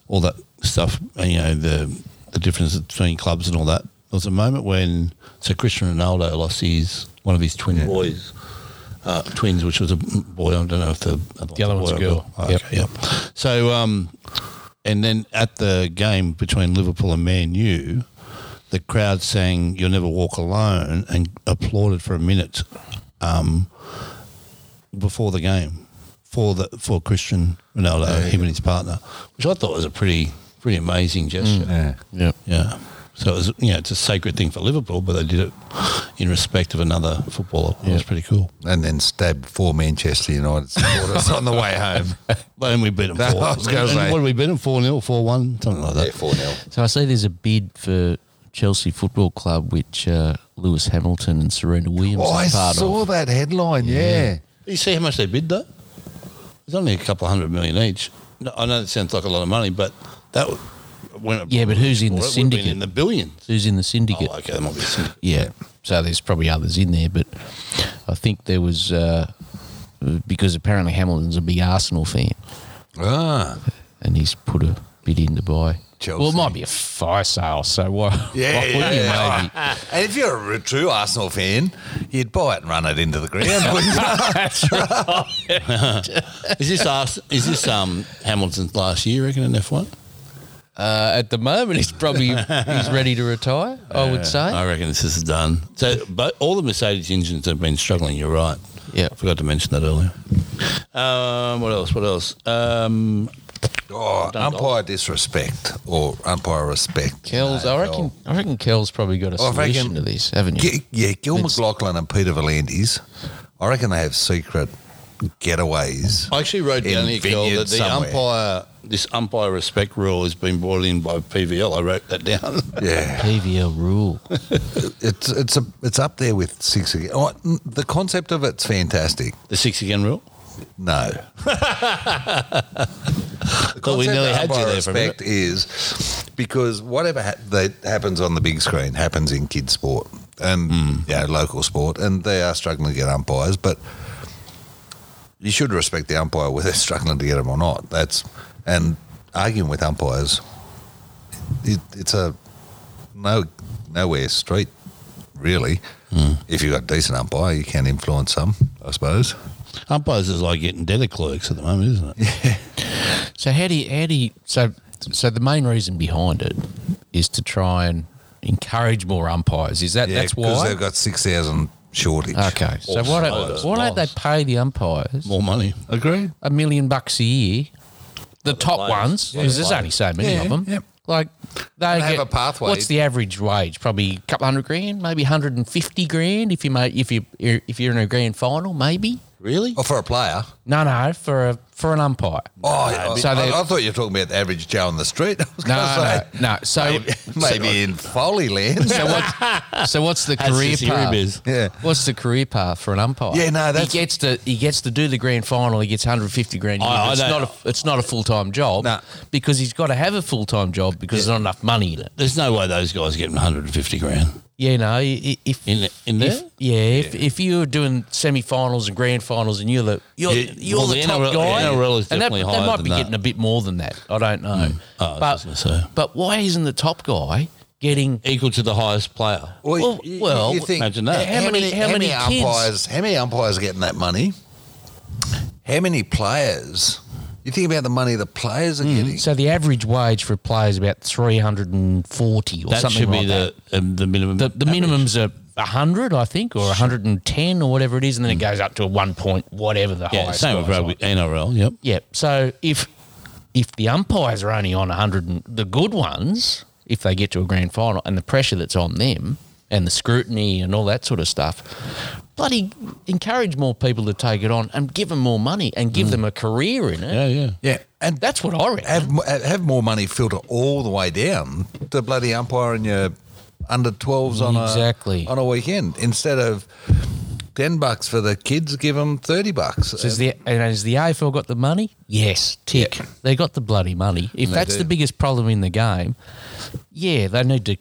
all that stuff. You know the the difference between clubs and all that. There was a moment when so Cristiano Ronaldo lost his one of his twin boys. Uh, twins, which was a boy. I don't know if the other, The other one's one's a girl. Oh, okay, yep. So, um, and then at the game between Liverpool and Man U, the crowd sang "You'll Never Walk Alone" and applauded for a minute um, before the game for the for Christian Ronaldo, him and his partner, which I thought was a pretty pretty amazing gesture. yeah. Mm. Yeah. Yeah. So it was, you know, it's a sacred thing for Liverpool, but they did it in respect of another footballer. It was pretty cool. and then stabbed four Manchester United supporters on the way home. And we beat them That four. I was gonna and say. What did we beat them four 0 four one, something like that. four 0 So I see there's a bid for Chelsea Football Club, which uh, Lewis Hamilton and Serena Williams Oh, are I part saw of. that headline. Yeah. You see how much they bid though? It's only a couple hundred million each. No, I know it sounds like a lot of money, but that would, when it, Yeah, but who's in the Well, it would've been syndicate? in the billions. Who's in the syndicate? Oh, okay, there might be a syndicate. Yeah. So there's probably others in there, but I think there was uh, because apparently Hamilton's a big Arsenal fan, Ah, and he's put a bid in to buy. Chelsea. Well, it might be a fire sale, so why? yeah. why wouldn't you, yeah. maybe? And if you're a true Arsenal fan, you'd buy it and run it into the ground. wouldn't you? Is this us, is this um Hamilton's last year, you reckon, in F one? Uh, at the moment, he's probably he's ready to retire. I would say. I reckon this is done. So, but all the Mercedes engines have been struggling. You're right. Yeah. I forgot to mention that earlier. Um, what else? What else? Um, oh, umpire disrespect or umpire respect. Kells, No, I reckon. no. I reckon Kells probably got a I reckon- solution to this, haven't you? G- yeah, Gil It's- McLaughlin and Peter Valandis. I reckon they have secret getaways. I actually wrote down In here, Kel, that vineyards the somewhere. umpire, this umpire respect rule has been brought in by PVL. I wrote that down. Yeah. PVL rule. It's it's a, it's up there with six again. Oh, n- the concept of it's fantastic. the six again rule. No, the Thought we concept nearly of had you umpire there for a minute. respect is because whatever ha- that happens on the big screen happens in kids sport and Hmm. you know, local sport, and they are struggling to get umpires. But you should respect the umpire whether they're struggling to get them or not. That's and arguing with umpires, it, it's a no nowhere street really. Hmm. If you've got decent umpire, you can influence some, I suppose. Umpires is like getting debtor clerks at the moment, isn't it? So how do you, how do you, so so the main reason behind it is to try and encourage more umpires. Is that that's because why? they've got six thousand shortage. Okay, so why don't Offsiders. why don't they pay the umpires More money. Agreed. a million bucks a year the top players. ones, Yeah. because there's only so many Yeah, of them. yeah. Like they have get- a pathway. What's the average wage? Probably a couple hundred grand, maybe hundred and fifty grand if you make if you if you're in a grand final, maybe. Really? Or for a player. No, no, for a for an umpire. Oh, I, So I- they- I thought you were talking about the average Joe on the street. I was No, going to no, no. So, uh, say, maybe in Foleyland. so what's so what's the That's career just your path? biz. Yeah. What's the career path for an umpire? Yeah, no, that's- he gets to he gets to do the grand final. He gets 150 grand. a I- year, but I it's don't- not a it's not a full time job No. because he's got to have a full time job because there's not enough money in it. There's no way those guys are getting 150 grand. Yeah, no. i- If In- in there? if, yeah, If, if you're doing semi-finals and grand finals, and you're the you're, Yeah, you're well, the, the top NRL guy, the NRL is and that, definitely they higher might than be that. getting a bit more than that. I don't know. Oh, I was but gonna say. but why isn't the top guy getting? Equal to the highest player. Well, well, imagine that. how many- how many kids- umpires? How many umpires are getting that money? How many players? You think about the money the players are getting. So the average wage for a player is about 340 or That something should be like that. the Um, the minimum. The, the average. minimum's a 100, I think, or 110 or whatever it is, and then it goes up to a one point whatever the Mm. Yeah, highest. same with guy's rugby, on. NRL. Yep. Yeah. So if if the umpires are only on 100, and the good ones, if they get to a grand final, and the pressure that's on them, and the scrutiny and all that sort of stuff, bloody encourage more people to take it on and give them more money and give them a career in Mm. it. Yeah, yeah. Yeah, and That's what I reckon. have mo- have more money filter all the way down to bloody umpire and your under 12s on Exactly. a on a weekend instead of 10 bucks for the kids give them 30 bucks So is the and has the AFL got the money? Yes, tick. They got the bloody money. If They that's do. the biggest problem in the game, yeah, they need to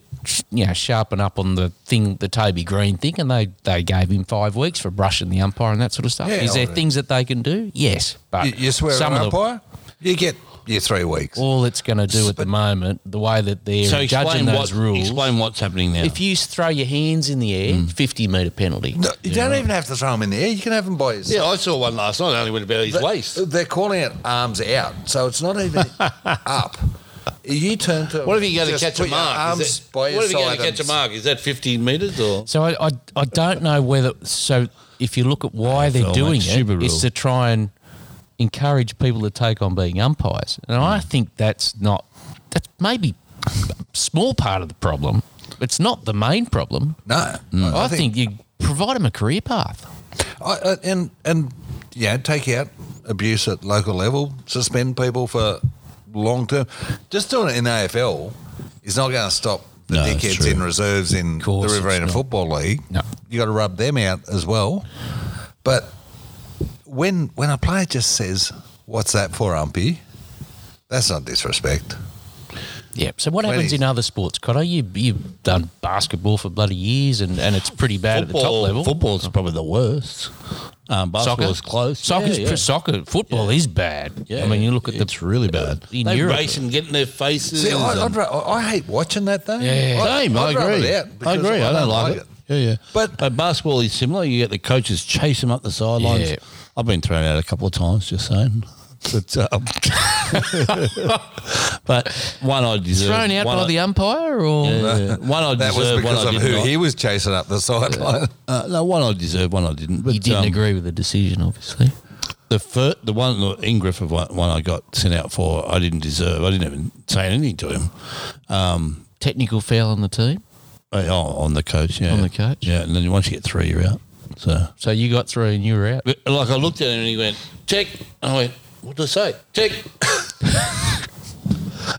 you know sharpen up on the thing, the Toby Green thing, and they they gave him five weeks for brushing the umpire and that sort of stuff. Yeah, is there I- things that they can do? Yes, but you, you swear some at an of the- umpire you get your three weeks all it's going to do at the moment, the way that they're So judging explain those what rules. explain what's happening now. If you s- throw your hands in the air, fifty metre penalty. Mm. No, you don't even have to throw them in the air. You can have them by yourself. I saw one last night. Only went about his They- They're calling it arms out, so it's not even up. You turn to. What if you go to just catch a put your mark? Arms Is that, by what your if you go side to catch a and- mark? Is that 15 metres or? So I, I, I don't know whether so if you look at why they're AFL doing makes it, stupid it's rules. to try and encourage people to take on being umpires, and I think that's not that's maybe a small part of the problem. It's not the main problem. No, I, think, you provide them a career path. I, I- and and yeah, take out abuse at local level, suspend people for long term. Just doing it in AFL is not going to stop the No, it's dickheads true. in reserves in the course it's Riverina not. Football League. No. you got to rub them out as well. But when when a player just says, "What's that for, umpy?" That's not disrespect. Yeah. So what Well, happens he's- in other sports, Cotto? You you've done basketball for bloody years, and, and it's pretty bad at the top level. Football's probably the worst. Um, basketball is close. Soccer's Yeah, yeah. pre- soccer. Football is bad. Yeah, I mean, you look at the it's really bad. in they Europe. race and get in their faces. See, I, I'd and- ra- I, I hate watching that though. Yeah. um, I, Same, I, I'd rub it agree. out I because agree. I don't like, it. Yeah, yeah. But- But, basketball is similar. You get the coaches chase them up the sidelines. Yeah. I've been thrown out a couple of times, just saying. But, um, but one I deserve. thrown out one by I- the umpire, or yeah, yeah. One I That deserved. was one because I of did who not. he was chasing up the sideline. Uh, no, one I deserved, one I didn't. But you didn't um, agree with the decision, obviously. The fir- the one the Ingriff of one, one I got sent out for, I didn't deserve. I didn't even say anything to him. Technical foul on the team, Uh, Oh, on the coach, yeah, On the coach? yeah. And then once you get three, you're out. So so you got through and you were out. But, like I looked at him and he went, check. And I went, what did I say? Check.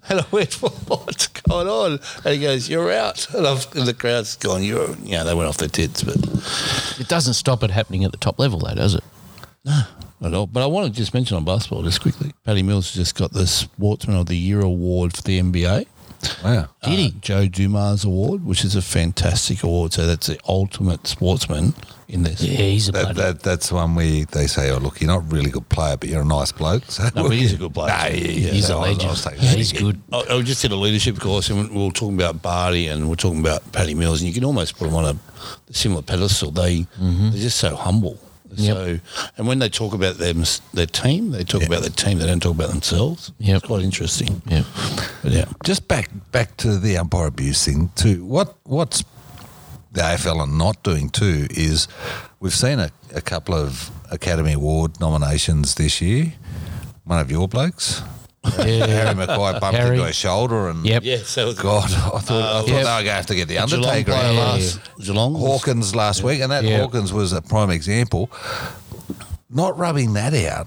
and I went, "Well, what's going on? And he goes, you're out. And, I've, and the crowd's gone, you're, you know, they went off their tits, but It doesn't stop it happening at the top level, though, does it? not at all. But I want to just mention on basketball just quickly. Paddy Mills has just got the Sportsman of the Year award for the NBA. Wow. Did he? Uh, Joe Dumas Award, which is a fantastic award. So that's the ultimate sportsman in this. Yeah, he's a That, bloody- that, that's one where you- they say, oh, look, you're not a really good player, but you're a nice bloke. So No, but he's a good bloke. Nah, he- Yeah, he's a no, I was- I legend. was taking Yeah, it. he's good. I, I was just in a leadership course, and we were talking about Barty and we we're talking about Paddy Mills, and you can almost put them on a similar pedestal. They Mm-hmm. they're just so humble. So, and when they talk about them, their team, they talk about their team. They don't talk about themselves. Yep. It's quite interesting. Yeah. But yeah, Just back back to the umpire abuse thing, too. What, what's the AFL are not doing, too, is we've seen a, a couple of Academy Award nominations this year. One of your blokes. Yeah. Harry Mackay bumped Harry. into his shoulder and Yep. Yeah, so it's God, I thought, I thought Yep. they were going to have to get the Geelong Undertaker. player in. Yeah. last Geelong was- Hawkins last week, and that Yeah. Hawkins was a prime example. Not rubbing that out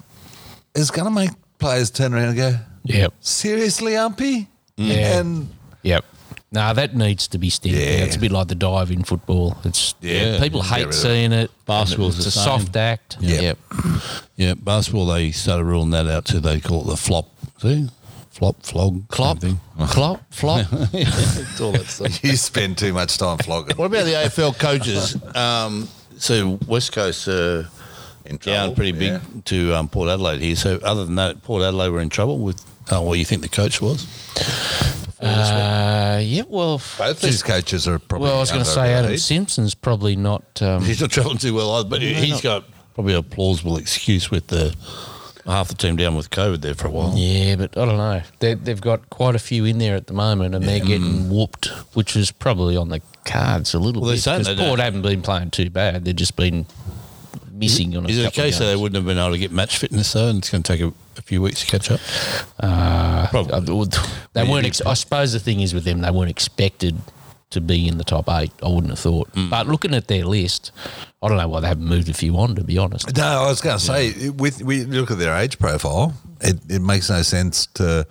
is going to make players turn around and go, Yep. seriously, umpy? Yeah. And Yep. No, that needs to be stamped Yeah. out. It's a bit like the dive in football. It's Yeah. people Get rid hate of seeing it. Basketball's it's the a same. soft act. Yeah. Yeah, basketball they started ruling that out too. They call it the flop. See, flop, flog, Clop, something. clop, flop. it's all that stuff. you spend too much time flogging. What about the AFL coaches? Um, so West Coast uh, In trouble, down pretty big yeah. to um, Port Adelaide here. So other than that, Port Adelaide were in trouble with. Oh, well, you think the coach was? Uh, yeah, well, Both these coaches are probably. well, I was going to say underrated. Adam Simpson's probably not. Um, He's not travelling too well either, but he- he's got probably a plausible excuse with the half the team down with COVID there for a while. yeah, but I don't know. They, they've got quite a few in there at the moment, and they're getting whooped, which is probably on the cards a Mm. little Well, they're bit. saying 'cause they Port don't- haven't been playing too bad; they've just been missing on a Is it a couple of case that they games. wouldn't have been able to get match fitness though, and it's going to take a, a few weeks to catch up? Probably. Uh, well, they you weren't. do Ex- I suppose the thing is with them, they weren't expected to be in the top eight. I wouldn't have thought. Mm. But looking at their list, I don't know why they haven't moved a few on. To be honest, No, I was going to say with we look at their age profile, it, it makes no sense to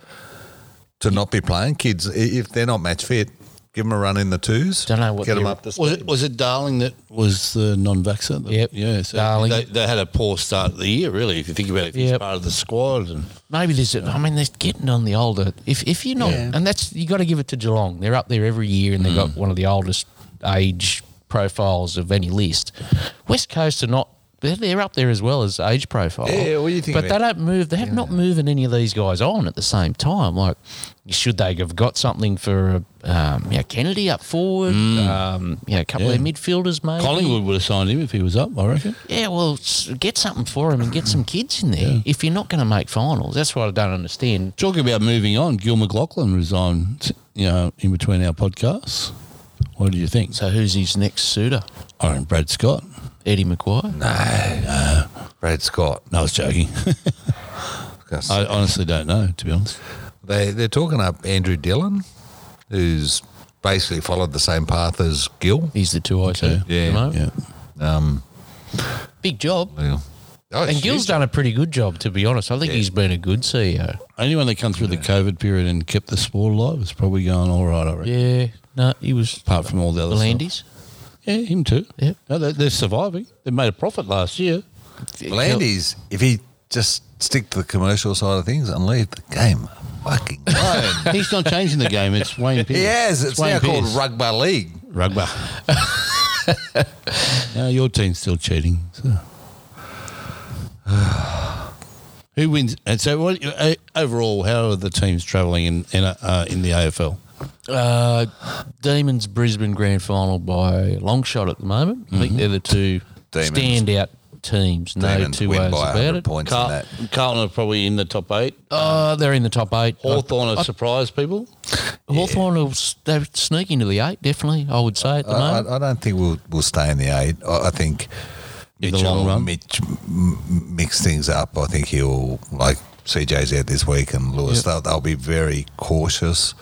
to not be playing kids I- if they're not match fit. Give them a run in the twos. Don't know what get them their- up to Was speed. it was it Darling that was the non-vaxxer? The- Yep. Yeah. So Darling. They, they had a poor start of the year, really. If you think about it, if he's Yep. part of the squad and maybe there's. I mean, they're getting on the older. If if you're not, and that's you got to give it to Geelong. They're up there every year, and they've Mm. got one of the oldest age profiles of any list. West Coast are not. They're, they're up there as well as age profile. Yeah, what do you think But they about- don't move. They have not moving any of these guys on at the same time. Like, should they have got something for um, you know, Kennedy up forward? Um, you know, a couple Mm. Yeah. of midfielders, maybe. Collingwood would have signed him if he was up. I reckon. Yeah, well, s- get something for him and get some kids in there. If you're not going to make finals, that's what I don't understand. Talking about moving on, Gil McLaughlin resigned. You know, in between our podcasts. What do you think? So who's his next suitor? I reckon Brad Scott. Eddie McGuire? Brad Scott. No, I was joking. I honestly don't know, to be honest. They they're talking up Andrew Dillon, who's basically followed the same path as Gil. He's the two I see. Yeah, Yeah. Um, Big job. yeah. Oh, And it's Gil's huge. done a pretty good job, to be honest. I think Yeah. he's been a good E CEO. Anyone that come through the COVID period and kept the sport alive is probably going all right. I reckon. Yeah. No, he was Apart from all the other stuff. Landis. Yeah, him too. Yep. No, they're, they're surviving. They made a profit last year. Blandy's. If he just stick to the commercial side of things and leave the game, fucking alone. He's not changing the game. It's Wayne Pierce. he has. It's, now called Pierce. rugby league. rugby. no, your team's still cheating. So. Who wins? And so, what, uh, overall, how are the teams travelling in in, uh, in the AFL? Uh, Demons Brisbane Grand Final by a long shot at the moment. I think they're the two Mm-hmm. Demons. standout teams. No Demons two win ways by about 100 it. points in that. um, Carlton are probably in the top eight. Uh, they're in the top eight. Hawthorn have surprised people. Hawthorn, will s- they're sneaking to the eight, definitely, I would say, at the Uh, I, moment. I, I don't think we'll we'll stay in the eight. I, I think In the Mitchell- long run. Mitch m- m- mix things up. I think he'll like CJ's out this week and Lewis. They'll, they'll be very cautious,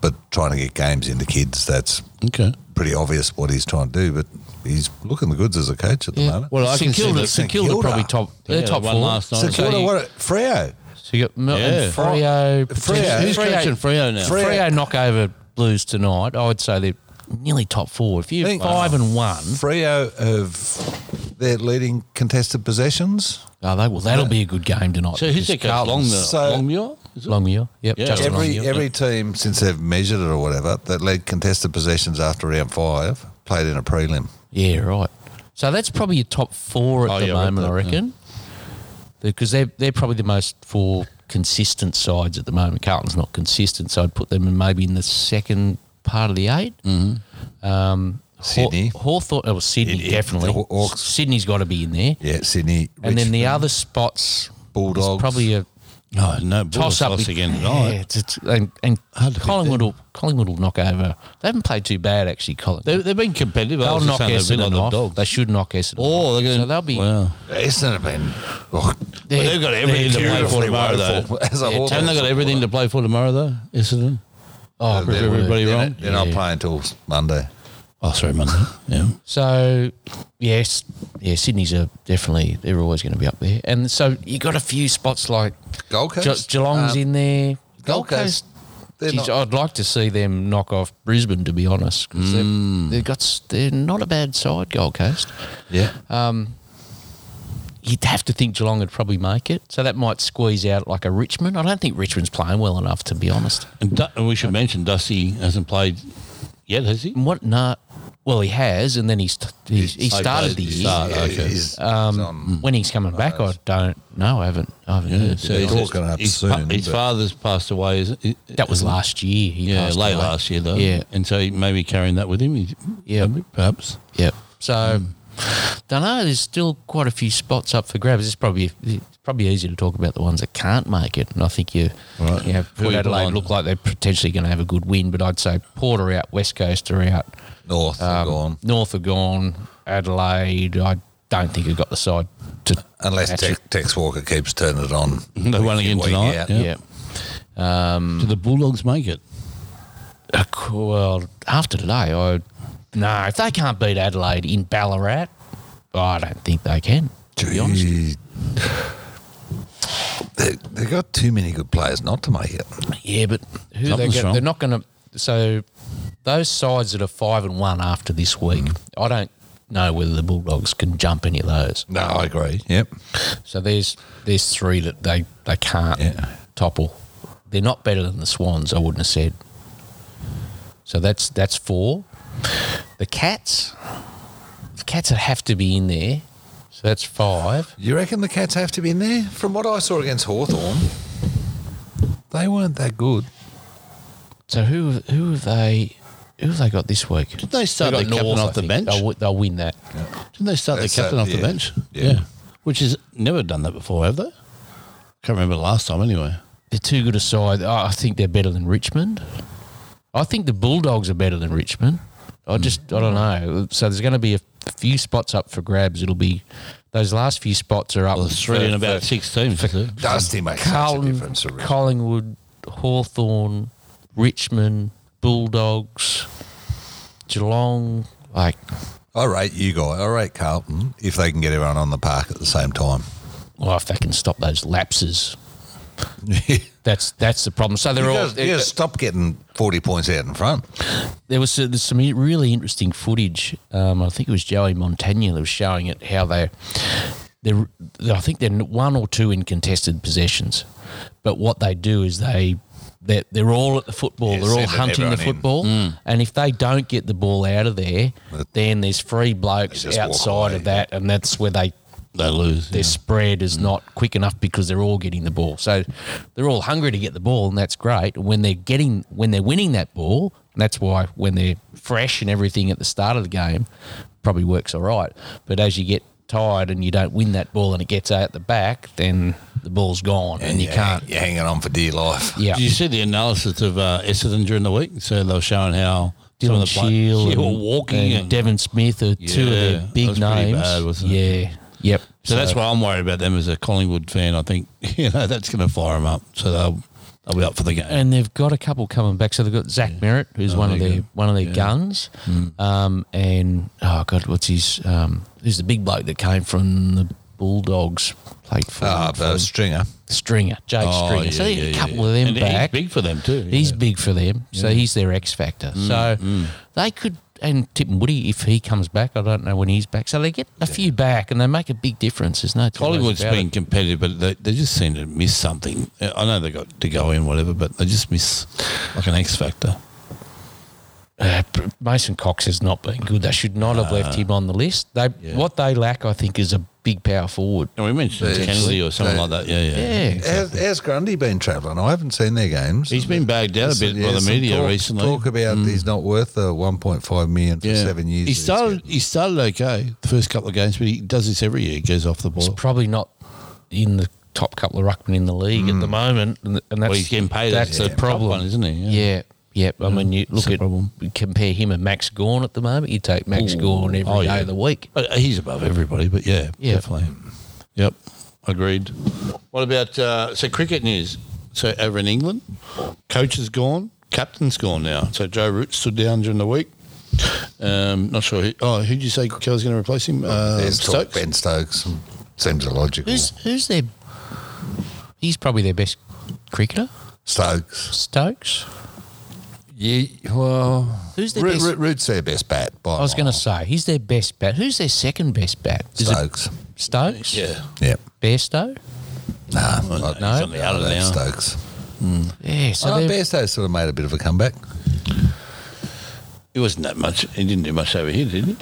but trying to get games into kids. That's Okay. pretty obvious what he's trying to do. But he's looking the goods as a coach at the moment. Well, I St can see Kilda, that St St Kilda, Kilda- probably top. They're Yeah, top they won four. last night. so So Kilda, you- what? Freo. So you got Melbourne, Yeah. Freo, Freo. Who's Freo, coaching Freo now? Freo. Freo knock over Blues tonight. I would say they're nearly top four. If you're Think- five and one, Freo of their leading contested possessions. oh, they, well, that'll be a good game tonight. So who's their because coach? Long, So- Longmuir? Is it? Longmuir. Yep. Yeah. Justin Every Longmuir. every team since they've measured it or whatever that led contested possessions after round five played in a prelim. Yeah, right. So that's probably your top four at Oh, the yeah, right moment, I there, yeah. reckon. Because they're, they're probably the most four consistent sides at the moment. Carlton's not consistent, so I'd put them in maybe in the second part of the 8 Mm-hmm. Um, Haw- Sydney. Hawthorn, oh, Sydney, Sydney. definitely. The Haw- Hawks. Sydney's got to be in there. Yeah, Sydney. and then the Richmond, other spots, there's Bulldogs. probably a No, no, toss up lost again tonight. Yeah, it's, it's, and and Hard to pick Collingwood them. will Collingwood will knock over. They haven't played too bad actually. Collingwood. They, they've been competitive. I they'll was just knock saying they've been Essendon like the off. dogs. They should knock Essendon. Oh, off. they're so gonna, they'll be. Wow. Essendon have been oh, they're- But they've got everything to play for beautifully tomorrow, woeful though. as a Yeah, Haven't they got Hawthorn supporter. everything to play for tomorrow, though? Essendon? oh, They're- Is everybody they're wrong? Not, they're not Yeah. playing till Monday. Oh, sorry, Monday. Yeah. So, yes, yeah, Sydney's are definitely they're always going to be up there, and so you got a few spots like Gold Coast. Ge- Geelong's Um, in there. Gold Coast. They're Geez, not, I'd like to see them knock off Brisbane, to be honest. 'cause they've- They've got s- they're not a bad side, Gold Coast. Um, yeah. You'd have to think Geelong would probably make it, so that might squeeze out like a Richmond. I don't think Richmond's playing well enough, to be honest. And, Du- and we should mention Dusty hasn't played yet, has he? What? No. Well, he has, and then he's, he's he Okay, started the he year. started. yeah, okay. he's- Um, he's on- when he's coming back, I don't know. I haven't. I haven't heard. so They're he's- talking up his, soon, pa- his but- father's passed away. Is it? That was last year. He Yeah, passed late away. last year though. Yeah, and so he maybe carrying that with him. he- Yeah. perhaps. yeah. So, don't know. There's still quite a few spots up for grabs. It's probably it's probably easier to talk about the ones that can't make it. And I think you, Right. you know, Who you Port put Adelaide on? look like they're potentially going to have a good win, but I'd say Port are out, West Coast are out, North um, gone. North are gone, Adelaide. I don't think have got the side to Unless actually- Tex, Tex Walker keeps turning it on. They won again Week in, tonight. week out. Yeah. yeah. Do the Bulldogs make it? Uh, cool. Well, after today, I no. If they can't beat Adelaide in Ballarat, I don't think they can. To be honest, Gee. They, they got too many good players not to make it. yeah, but who they Something's get, wrong. they're not going to. So those sides that are five and one after this week, I don't know whether the Bulldogs can jump any of those. No, I agree. Yep. So there's there's three that they they can't Yeah. topple. They're not better than the Swans. I wouldn't have said. So that's that's four. The Cats, the Cats would have to be in there. So that's five. You reckon the Cats have to be in there? From what I saw against Hawthorn, they weren't that good. So who who have they who have they got this week? Did they start the captain off the bench? They'll, wi- they'll win that. Didn't they start the That's captain that, off the yeah. bench? Yeah. Which is never done that before, have they? Can't remember the last time anyway. They're too good a side. I I think they're better than Richmond. I think the Bulldogs are better than Richmond. Hmm. I just I don't know. So there's going to be a few spots up for grabs. It'll be those last few spots are up. Well, there's three for- in about for six teams. is it? Dusty makes such a Carlton, difference. Really. Collingwood, Hawthorn, Richmond, Bulldogs, Geelong. Like I rate you guys. I rate Carlton if they can get everyone on the park at the same time. well, oh, if they can stop those lapses, that's that's the problem. So they're you all just, you just stop getting 40 points out in front. there was uh, there's some really interesting footage. Um, I think it was Joey Montagna that was showing it how they they're I think they're one or two in contested possessions, but what they do is they. They're, they're all at the football. Yeah, they're all sending hunting the everyone in. football. And if they don't get the ball out of there, But- then there's free blokes They just walk outside away, of that. And that's where they They lose. their yeah. spread is not quick enough because they're all getting the ball. So they're all hungry to get the ball, and that's great. And when they're getting, when they're winning that ball, and that's why when they're fresh and everything at the start of the game, probably works all right. But as you get tired and you don't win that ball and it gets out the back, then the ball's gone and you can't. You're hanging on for dear life. Yeah. Did you see the analysis of uh, Essendon during the week? So they were showing how some of the Dylan play- Shield Yeah, and, were walking and and- Devin Smith are two of Yeah, their that big was pretty names. bad, wasn't it? yeah. Yep. So that's why I'm worried about them as a Collingwood fan. I think you know that's going to fire them up, so they'll they'll be up for the game. and they've got a couple coming back. So they've got Zach Merritt, who's one of Oh, there you their go. Hmm. one of their guns, um, and oh god, what's his? Um, who's the big bloke that came from the Bulldogs? Played for Ah, them, but from Stringer. Stringer, Jake Oh, Stringer. yeah, so they yeah, get a yeah, couple yeah. of them And back. He's big for them too. He's yeah. Hmm. big for them, so he's their X factor. so they could, and Tip and Woody, if he comes back, I don't know when he's back. So they get a few back, and they make a big difference. There's no two ways Collingwood's about it. been competitive, but they, they just seem to miss something. I know they got to go in, whatever, but they just miss like an X factor. Uh, P- Mason Cox has not been good. They should not have left him on the list. They what they lack, I think, is a big power forward. And we mentioned They- Kennedy or something they- like that. Yeah, yeah. Yeah. How's, how's Grundy been travelling? I haven't seen their games. He's been bagged out a bit by Yeah, the some media talk, recently. Mm. Talk about he's not worth the 1.5 million for yeah. seven years. He that he's started. getting. He started okay the first couple of games, but he does this every year. He goes off the It's ball. probably not in the top couple of ruckmen in the league at the moment, and, Mm. and that's well, he's getting paid. That's as the top problem, one, isn't he? Yeah. yeah. I mean, you That's look the at problem. compare him and Max Gorn at the moment. You take Max Ooh. Gorn every day Oh, yeah. of the week. Uh, He's above everybody, but yeah, Yeah. definitely. Yep, agreed. What about uh, so cricket news? So over in England, coach is gone, captain's gone now. So Joe Root stood down during the week. Um, not sure. Who, oh, who did you say Kelly's going to replace him? Uh, There's talk Stokes. Ben Stokes. Seems illogical. Who's who's their? He's probably their best cricketer. Stokes. Stokes. Yeah, well, Who's their Root, best? Root, Root's their best bat. By I was going to to say he's their best bat. Who's their second best bat? Is it Stokes. Stokes? Yeah, Yep. Bairstow? Nah, no, not- he's on the other that's now. Stokes. Yeah. So oh, they're- Bairstow sort of made a bit of a comeback. he wasn't that much. He didn't do much over here, did he?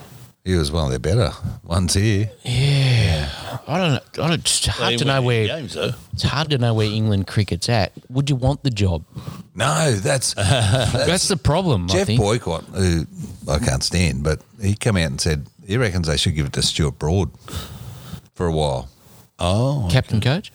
He was one of their better ones here. yeah. I don't know. I don't, it's hard He to won know the where. games though. It's hard to know where England cricket's at. Would you want the job? No, that's That's the problem. I Jeff think. Boycott, who I can't stand, but he came out and said he reckons they should give it to Stuart Broad for a while. Oh, captain coach,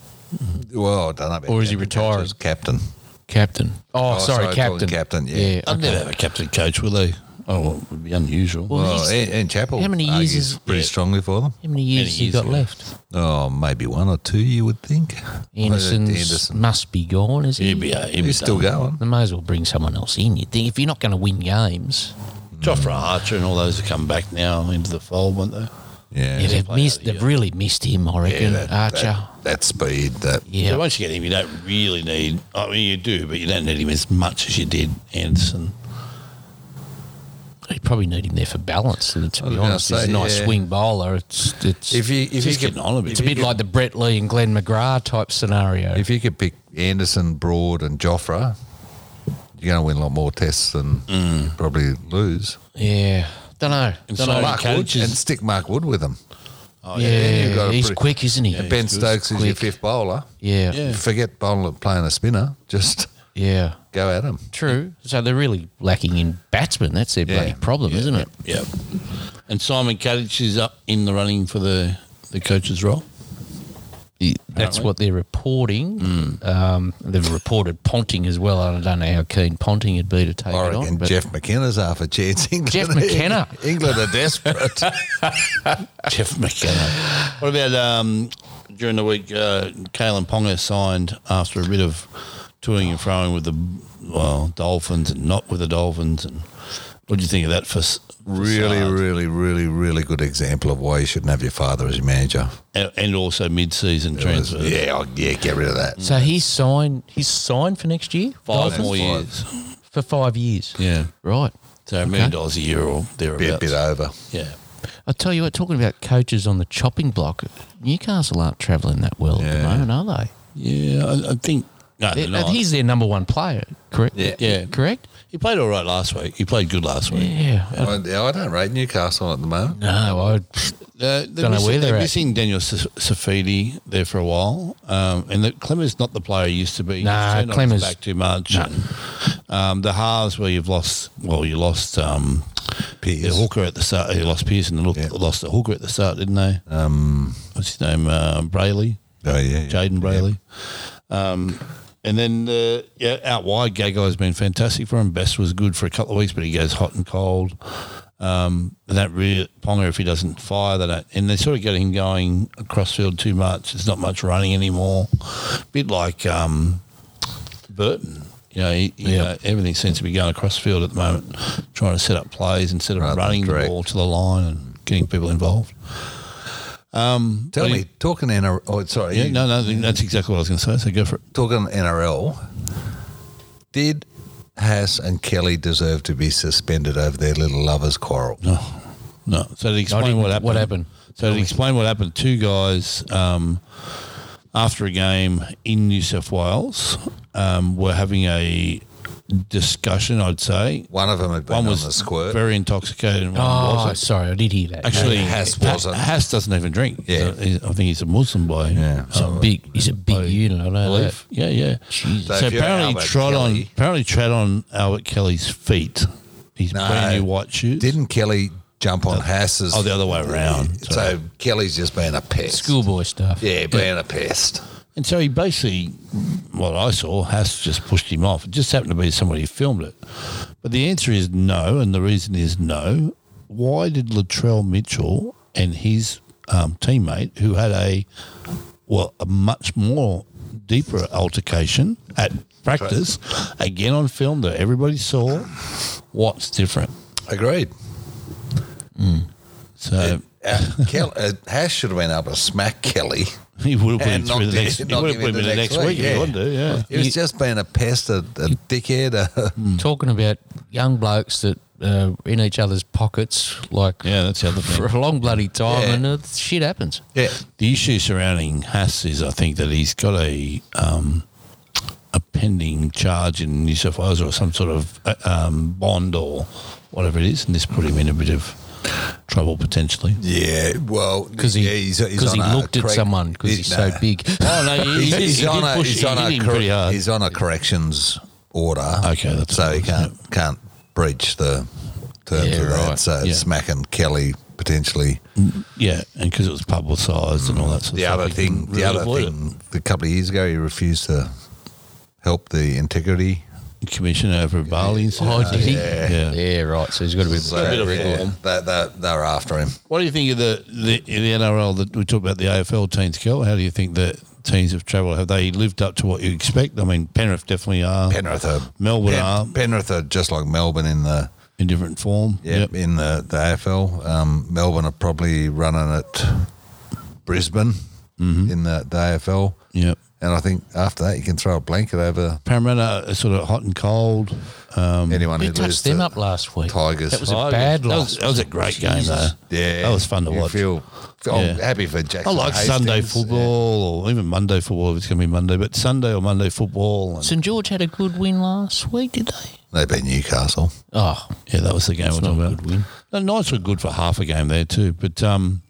Well, I don't know. About Or is he captain, retiring? just Captain. captain. Oh, Oh, sorry, sorry, I called captain. him captain, yeah. I'd never have a captain coach, will they? Oh, well, it would be unusual. Well, Well, he's- Oh, and, and Chapel. how many years argues is- pretty Yeah. strongly for them? How many years Many has he years got ago. left? Oh, maybe one or two, you would think. Anderson's Anderson. must be gone, is he? he'd be, uh, he'd be He's still done. going. They may as well bring someone else in. You think if you're not going to win games, Jofra Archer and all those have come back now into the fold, weren't they? Yeah. yeah, they've play missed. out the They've year. really missed him. I reckon that- Archer. That, that speed, that yeah, So once you get him, you don't really need. I mean, you do, but you don't need him as much as you did Anderson. they probably need him there for balance. To was be gonna honest, he's a say, nice yeah. swing bowler. It's it's If you if He's you could, getting on a bit. it's a bit like the Brett Lee and Glenn McGrath type scenario. if you could pick Anderson, Broad, and Jofra, you're going to win a lot more tests than probably lose. yeah, don't know. And Don't so- know. Mark Wood coaches- and stick Mark Wood with them. Oh, yeah, you've got a he's pretty- quick, isn't he? Yeah, ben he's good. Stokes is your Quick. fifth bowler. Yeah, yeah, Yeah. Forget bowling, playing a spinner. Just go at him. True. So they're really lacking in batsmen. That's their Yeah. bloody problem, isn't it? Yeah. And Simon Kadich is up in the running for the, the coach's role. That's Apparently. what they're reporting. Hmm. Um, they've reported Ponting as well. I don't know how keen Ponting would be to take I it reckon on. but- Jeff McKenna's half a chance. England, Jeff McKenna. England are desperate. Jeff McKenna. what about um, during the week? Uh, Kalen Ponga signed after a bit of toing and froing with the well Dolphins and not with the Dolphins. And what do you think of that for? s- for really, Saad? really, really, really good example of why you shouldn't have your father as your manager. and, and also mid-season transfer. Yeah, I'll- yeah, get rid of that. so he's signed. He's signed for next year. five Dolphins? more years. for five years. Yeah, Right. so a million dollars a year or Be a thereabouts. bit over. yeah, I tell you what, talking about coaches on the chopping block, Newcastle aren't travelling that well at the Yeah. moment, are they? yeah. I, I think no, they're They- not. He's their number one player, correct? Yeah. Yeah. Correct? he played all right last week. He played good last week. Yeah. I- I, I don't rate Newcastle at the moment. no, I, Uh, they're Don't know missing, where they're they're at. missing Daniel Sa- Safidi there for a while, um, and the, Clemmer's not the player he used to be. He's Nah, turned on his Clemmer's- back too much. And, um, the halves where you've lost, well, you lost um, the Piers. hooker at the start. You lost Pearson and look, Yeah. lost the hooker at the start, didn't they? Um, What's his name? Uh, Brayley. oh, yeah. yeah. Jaden Brayley. Um, and then uh, yeah, out wide, Gagai has been fantastic for him. Best was good for a couple of weeks, but he goes hot and cold. Um, and that really, Ponga, if he doesn't fire, they don't. And they sort of get him going across field too much. There's not much running anymore. bit like um, Burton. You know, he, you Yeah. know, everything seems to be going across field at the moment, trying to set up plays instead of Right, running correct. the ball to the line and getting people involved. Tell Well, me, you- talking NRL, oh, sorry, Yeah, you- no, no, that's exactly what I was going to say. So go for it. talking NRL, did Haas and Kelly deserve to be suspended over their little lovers' quarrel? No, no. So to I explain didn't- what happened. what happened? So to explain what happened, two guys um, after a game in New South Wales um, were having a discussion. I'd say One of them had been one was on the squirt. very intoxicated, and one oh, wasn't. sorry, I did hear that. Actually, Haas Ha- wasn't. Haas doesn't even drink. So Yeah. he's- I think he's a Muslim boy. Yeah. he's a big, he's a big unit. I know that. believe. Yeah, yeah. Jesus. So So if you're apparently Albert trod on Kelly- apparently trod on Albert Kelly's feet. His No, brand new white shoes. Didn't Kelly jump on Haas's? oh, the other way around. So Kelly's just been a pest. Schoolboy stuff. Yeah, being a pest. And so he basically, what I saw, Haas just pushed him off. It just happened to be somebody who filmed it. But the answer is no, and the reason is no. Why did Latrell Mitchell and his um, teammate, who had a well, a much more deeper altercation at practice, again on film that everybody saw, what's different? Agreed. So Uh, Kel, uh, Hash should have been able to smack Kelly. he would have been And knocked through the him- next. He knocked would have him into been the next week. if He wanted to, yeah. He was just being a pest, a, a dickhead. A, Talking about young blokes that uh, in each other's pockets, like Yeah, that's the other thing. for a long bloody time, Yeah. and uh, shit happens. yeah. The issue surrounding Haas is, I think, that he's got a um, a pending charge in New South Wales or some sort of uh, um, bond or whatever it is, and this put him in a bit of trouble potentially. Yeah. Well, Because he, yeah, he's, he's 'cause he on a looked at correct- someone because he's so no. big. Oh no, he, He's, he's on a he's on a corre- pretty hard. he's on a corrections order. Okay, that's so what he it was, can't can't breach the terms Yeah, of that. right. So Yeah. smacking Kelly potentially. yeah, and because it was publicised and all that sort The of stuff. other he thing, couldn't the really other avoid it. thing, a couple of years ago, he refused to help the integrity. commission over Bali. and stuff. Oh, did he? Yeah. Yeah, right. So he's got to be So, bit of yeah, reform. they, they, they were after him. What do you think of the the, the NRL that we talked about the AFL teams, Kel? How do you think the teams have travelled? Have they lived up to what you expect? I mean, Penrith definitely are. Penrith are Melbourne Pen- are Penrith are just like Melbourne in the in different form. yeah, Yep. in the, the AFL. Um, Melbourne are probably running at Brisbane Mm-hmm. in the, the AFL. Yep. And I think after that, you can throw a blanket over Parramatta are sort of hot and cold. Um, anyone He who loses touched them to up last week. Tigers. That was Tigers. a bad Oh, That loss. was, that was a great game Jesus. though. yeah, that was fun to you watch. Feel, I'm Yeah. happy for Jackson. I like Hastings. Sunday football or even Monday football if it's going to be Monday, but Sunday or Monday football. And, St George had a good win last week, did they? They beat Newcastle. Oh, yeah, that was the game we're talking about. The Knights were good for half a game there too, but um,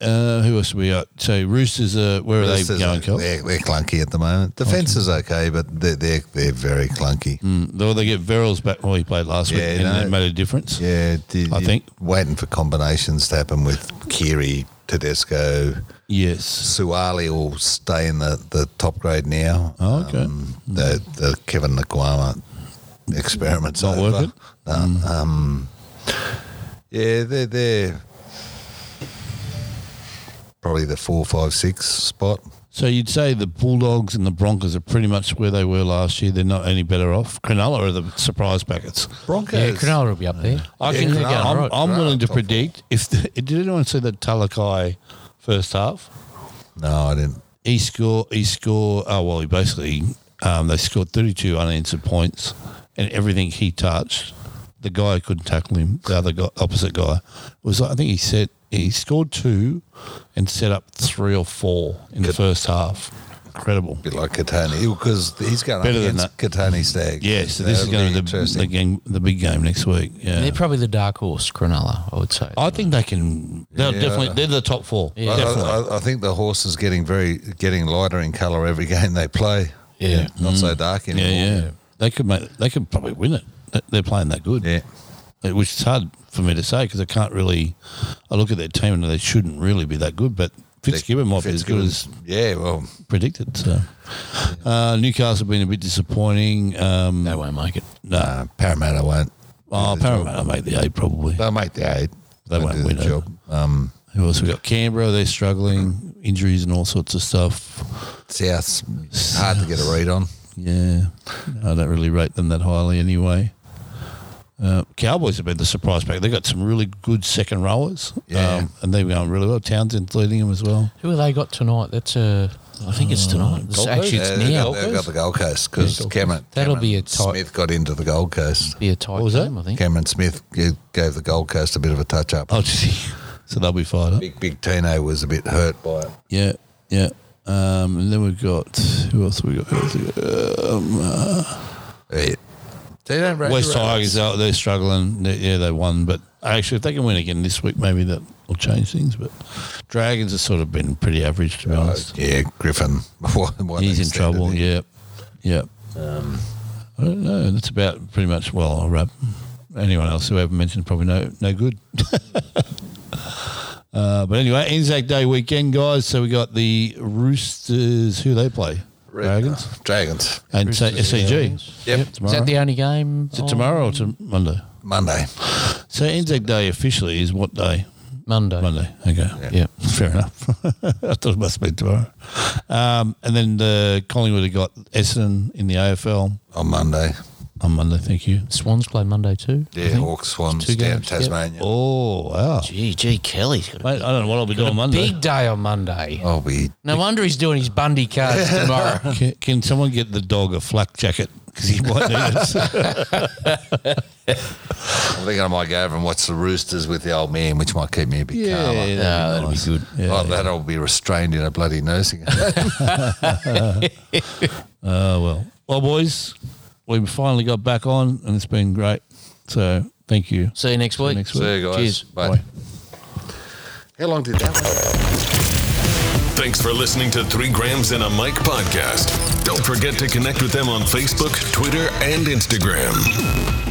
uh, who else we got? So Roosters are where are Roosters they going? are, Kel? they're, they're clunky at the moment. Defense is okay, but they're they're, they're very clunky. Though they get Verrills back when he played last Yeah, week, and no. that made a difference. Yeah, did, I you- think- waiting for combinations to happen with Kiri, Tedesco, Yes. Suwali will stay in the, the top grade now. Oh, okay. Um, the, the Kevin Naguama experiment's Not over. working? Mm. No, um, yeah, they're, they're probably the four, five, six spot. So you'd say the Bulldogs and the Broncos are pretty much where they were last year. They're not any better off. Cronulla are the surprise packets. Broncos. yeah, Cronulla will be up there. I Yeah, can. Cronulla, I'm, right, I'm Cronulla, willing to top four. predict if the, did anyone see the Talakai first half? No, I didn't. He score. He score. Oh well, he basically um, they scored 32 unanswered points, and everything he touched, the guy couldn't tackle him. The other guy, opposite guy It was. like- I think he said he scored two, and set up three or four in the first half. Incredible. Bit like Katoni because he's going up Better than against Katoni Stag. Yeah, so this is That'll going to be the, interesting. the game, the big game next week. Yeah, They're probably the dark horse, Cronulla, I would say. I think they can. They're Yeah. definitely they're the top four. I, Definitely. I, I- I think the horse is getting very getting lighter in colour every game they play. Yeah. not so dark Mm. yeah, anymore. yeah, They could make. They could probably win it. They- They're playing that good. Yeah. Uh, which is hard for me to say because I can't really. I look at their team and they shouldn't really be that good, but Fitzgibbon might be as good as yeah. Well, predicted. So uh, Newcastle have been a bit disappointing. Um, they won't make it. no, uh, Parramatta won't. oh, the Parramatta make the eight probably. They'll make the eight. They won't do the win it. job. Um, Who else we got? Canberra. They're struggling, injuries and all sorts of stuff. South's hard to get a read on. Yeah, I don't really rate them that highly anyway. Uh, Cowboys have been the surprise pack. They got some really good second rowers, Um, Yeah. and they're going really well. Townsend's leading them as well. Who have they got tonight? That's uh, I think it's tonight. It's Gold actually, Coast? it's Uh, they've, now. got, they've got the Gold Coast because Cameron, That'll be a Cameron tight- Smith got into the Gold Coast. be a tight was that? game, I think. Cameron Smith g- gave the Gold Coast a bit of a touch up. Oh, gee. so they'll be fired up. Big Big Tino was a bit hurt by it. Yeah, yeah. Um, and then we've got who else have we got? Who else have we got? Yeah. They don't rate West the Raiders. Tigers. uh, They're, they're struggling. They- yeah, they won, but actually, if they can win again this week, maybe that will change things. But Dragons have sort of been pretty average, to be honest. Yeah, Griffin. What- what Oh, He's in extent trouble. did he- Yep. Yep. Um, I don't know. That's about pretty much. Well, I'll wrap. Anyone else who I haven't mentioned probably no no good. Uh, but anyway, Anzac Day weekend, guys. So we got the Roosters. Who they play? Red- Dragons uh, Dragons. and S- SCG. Yep. Is Tomorrow. that the only game? Is it on tomorrow or to Monday? Monday. So Anzac Day officially is what day? Monday. Monday. Okay. Yeah. Fair enough. I thought it must be tomorrow. Um, and then the Collingwood have got Essendon in the AFL On Monday. on Monday. Thank you. Swans play Monday too. I Yeah, think. Hawks, Swans, Two down games, yep. Tasmania. Oh wow! Gee, gee, Kelly's got a Mate, I don't know what I'll be doing Monday. big day on Monday. I'll be No wonder he's doing his Bundy cards tomorrow. Can, can someone get the dog a flak jacket because he might need it? I'm thinking I might go over and watch the Roosters with the old man, which might keep me a bit calmer. that'd be good. oh, that'll be restrained in a bloody nursing home. Oh well. Well, boys, we finally got back on, and it's been great. So thank you. See you next week. next week. See you guys. Cheers. Bye. How long did that one? Thanks for listening to Three Grams and a Mic podcast. Don't forget to connect with them on Facebook, Twitter, and Instagram.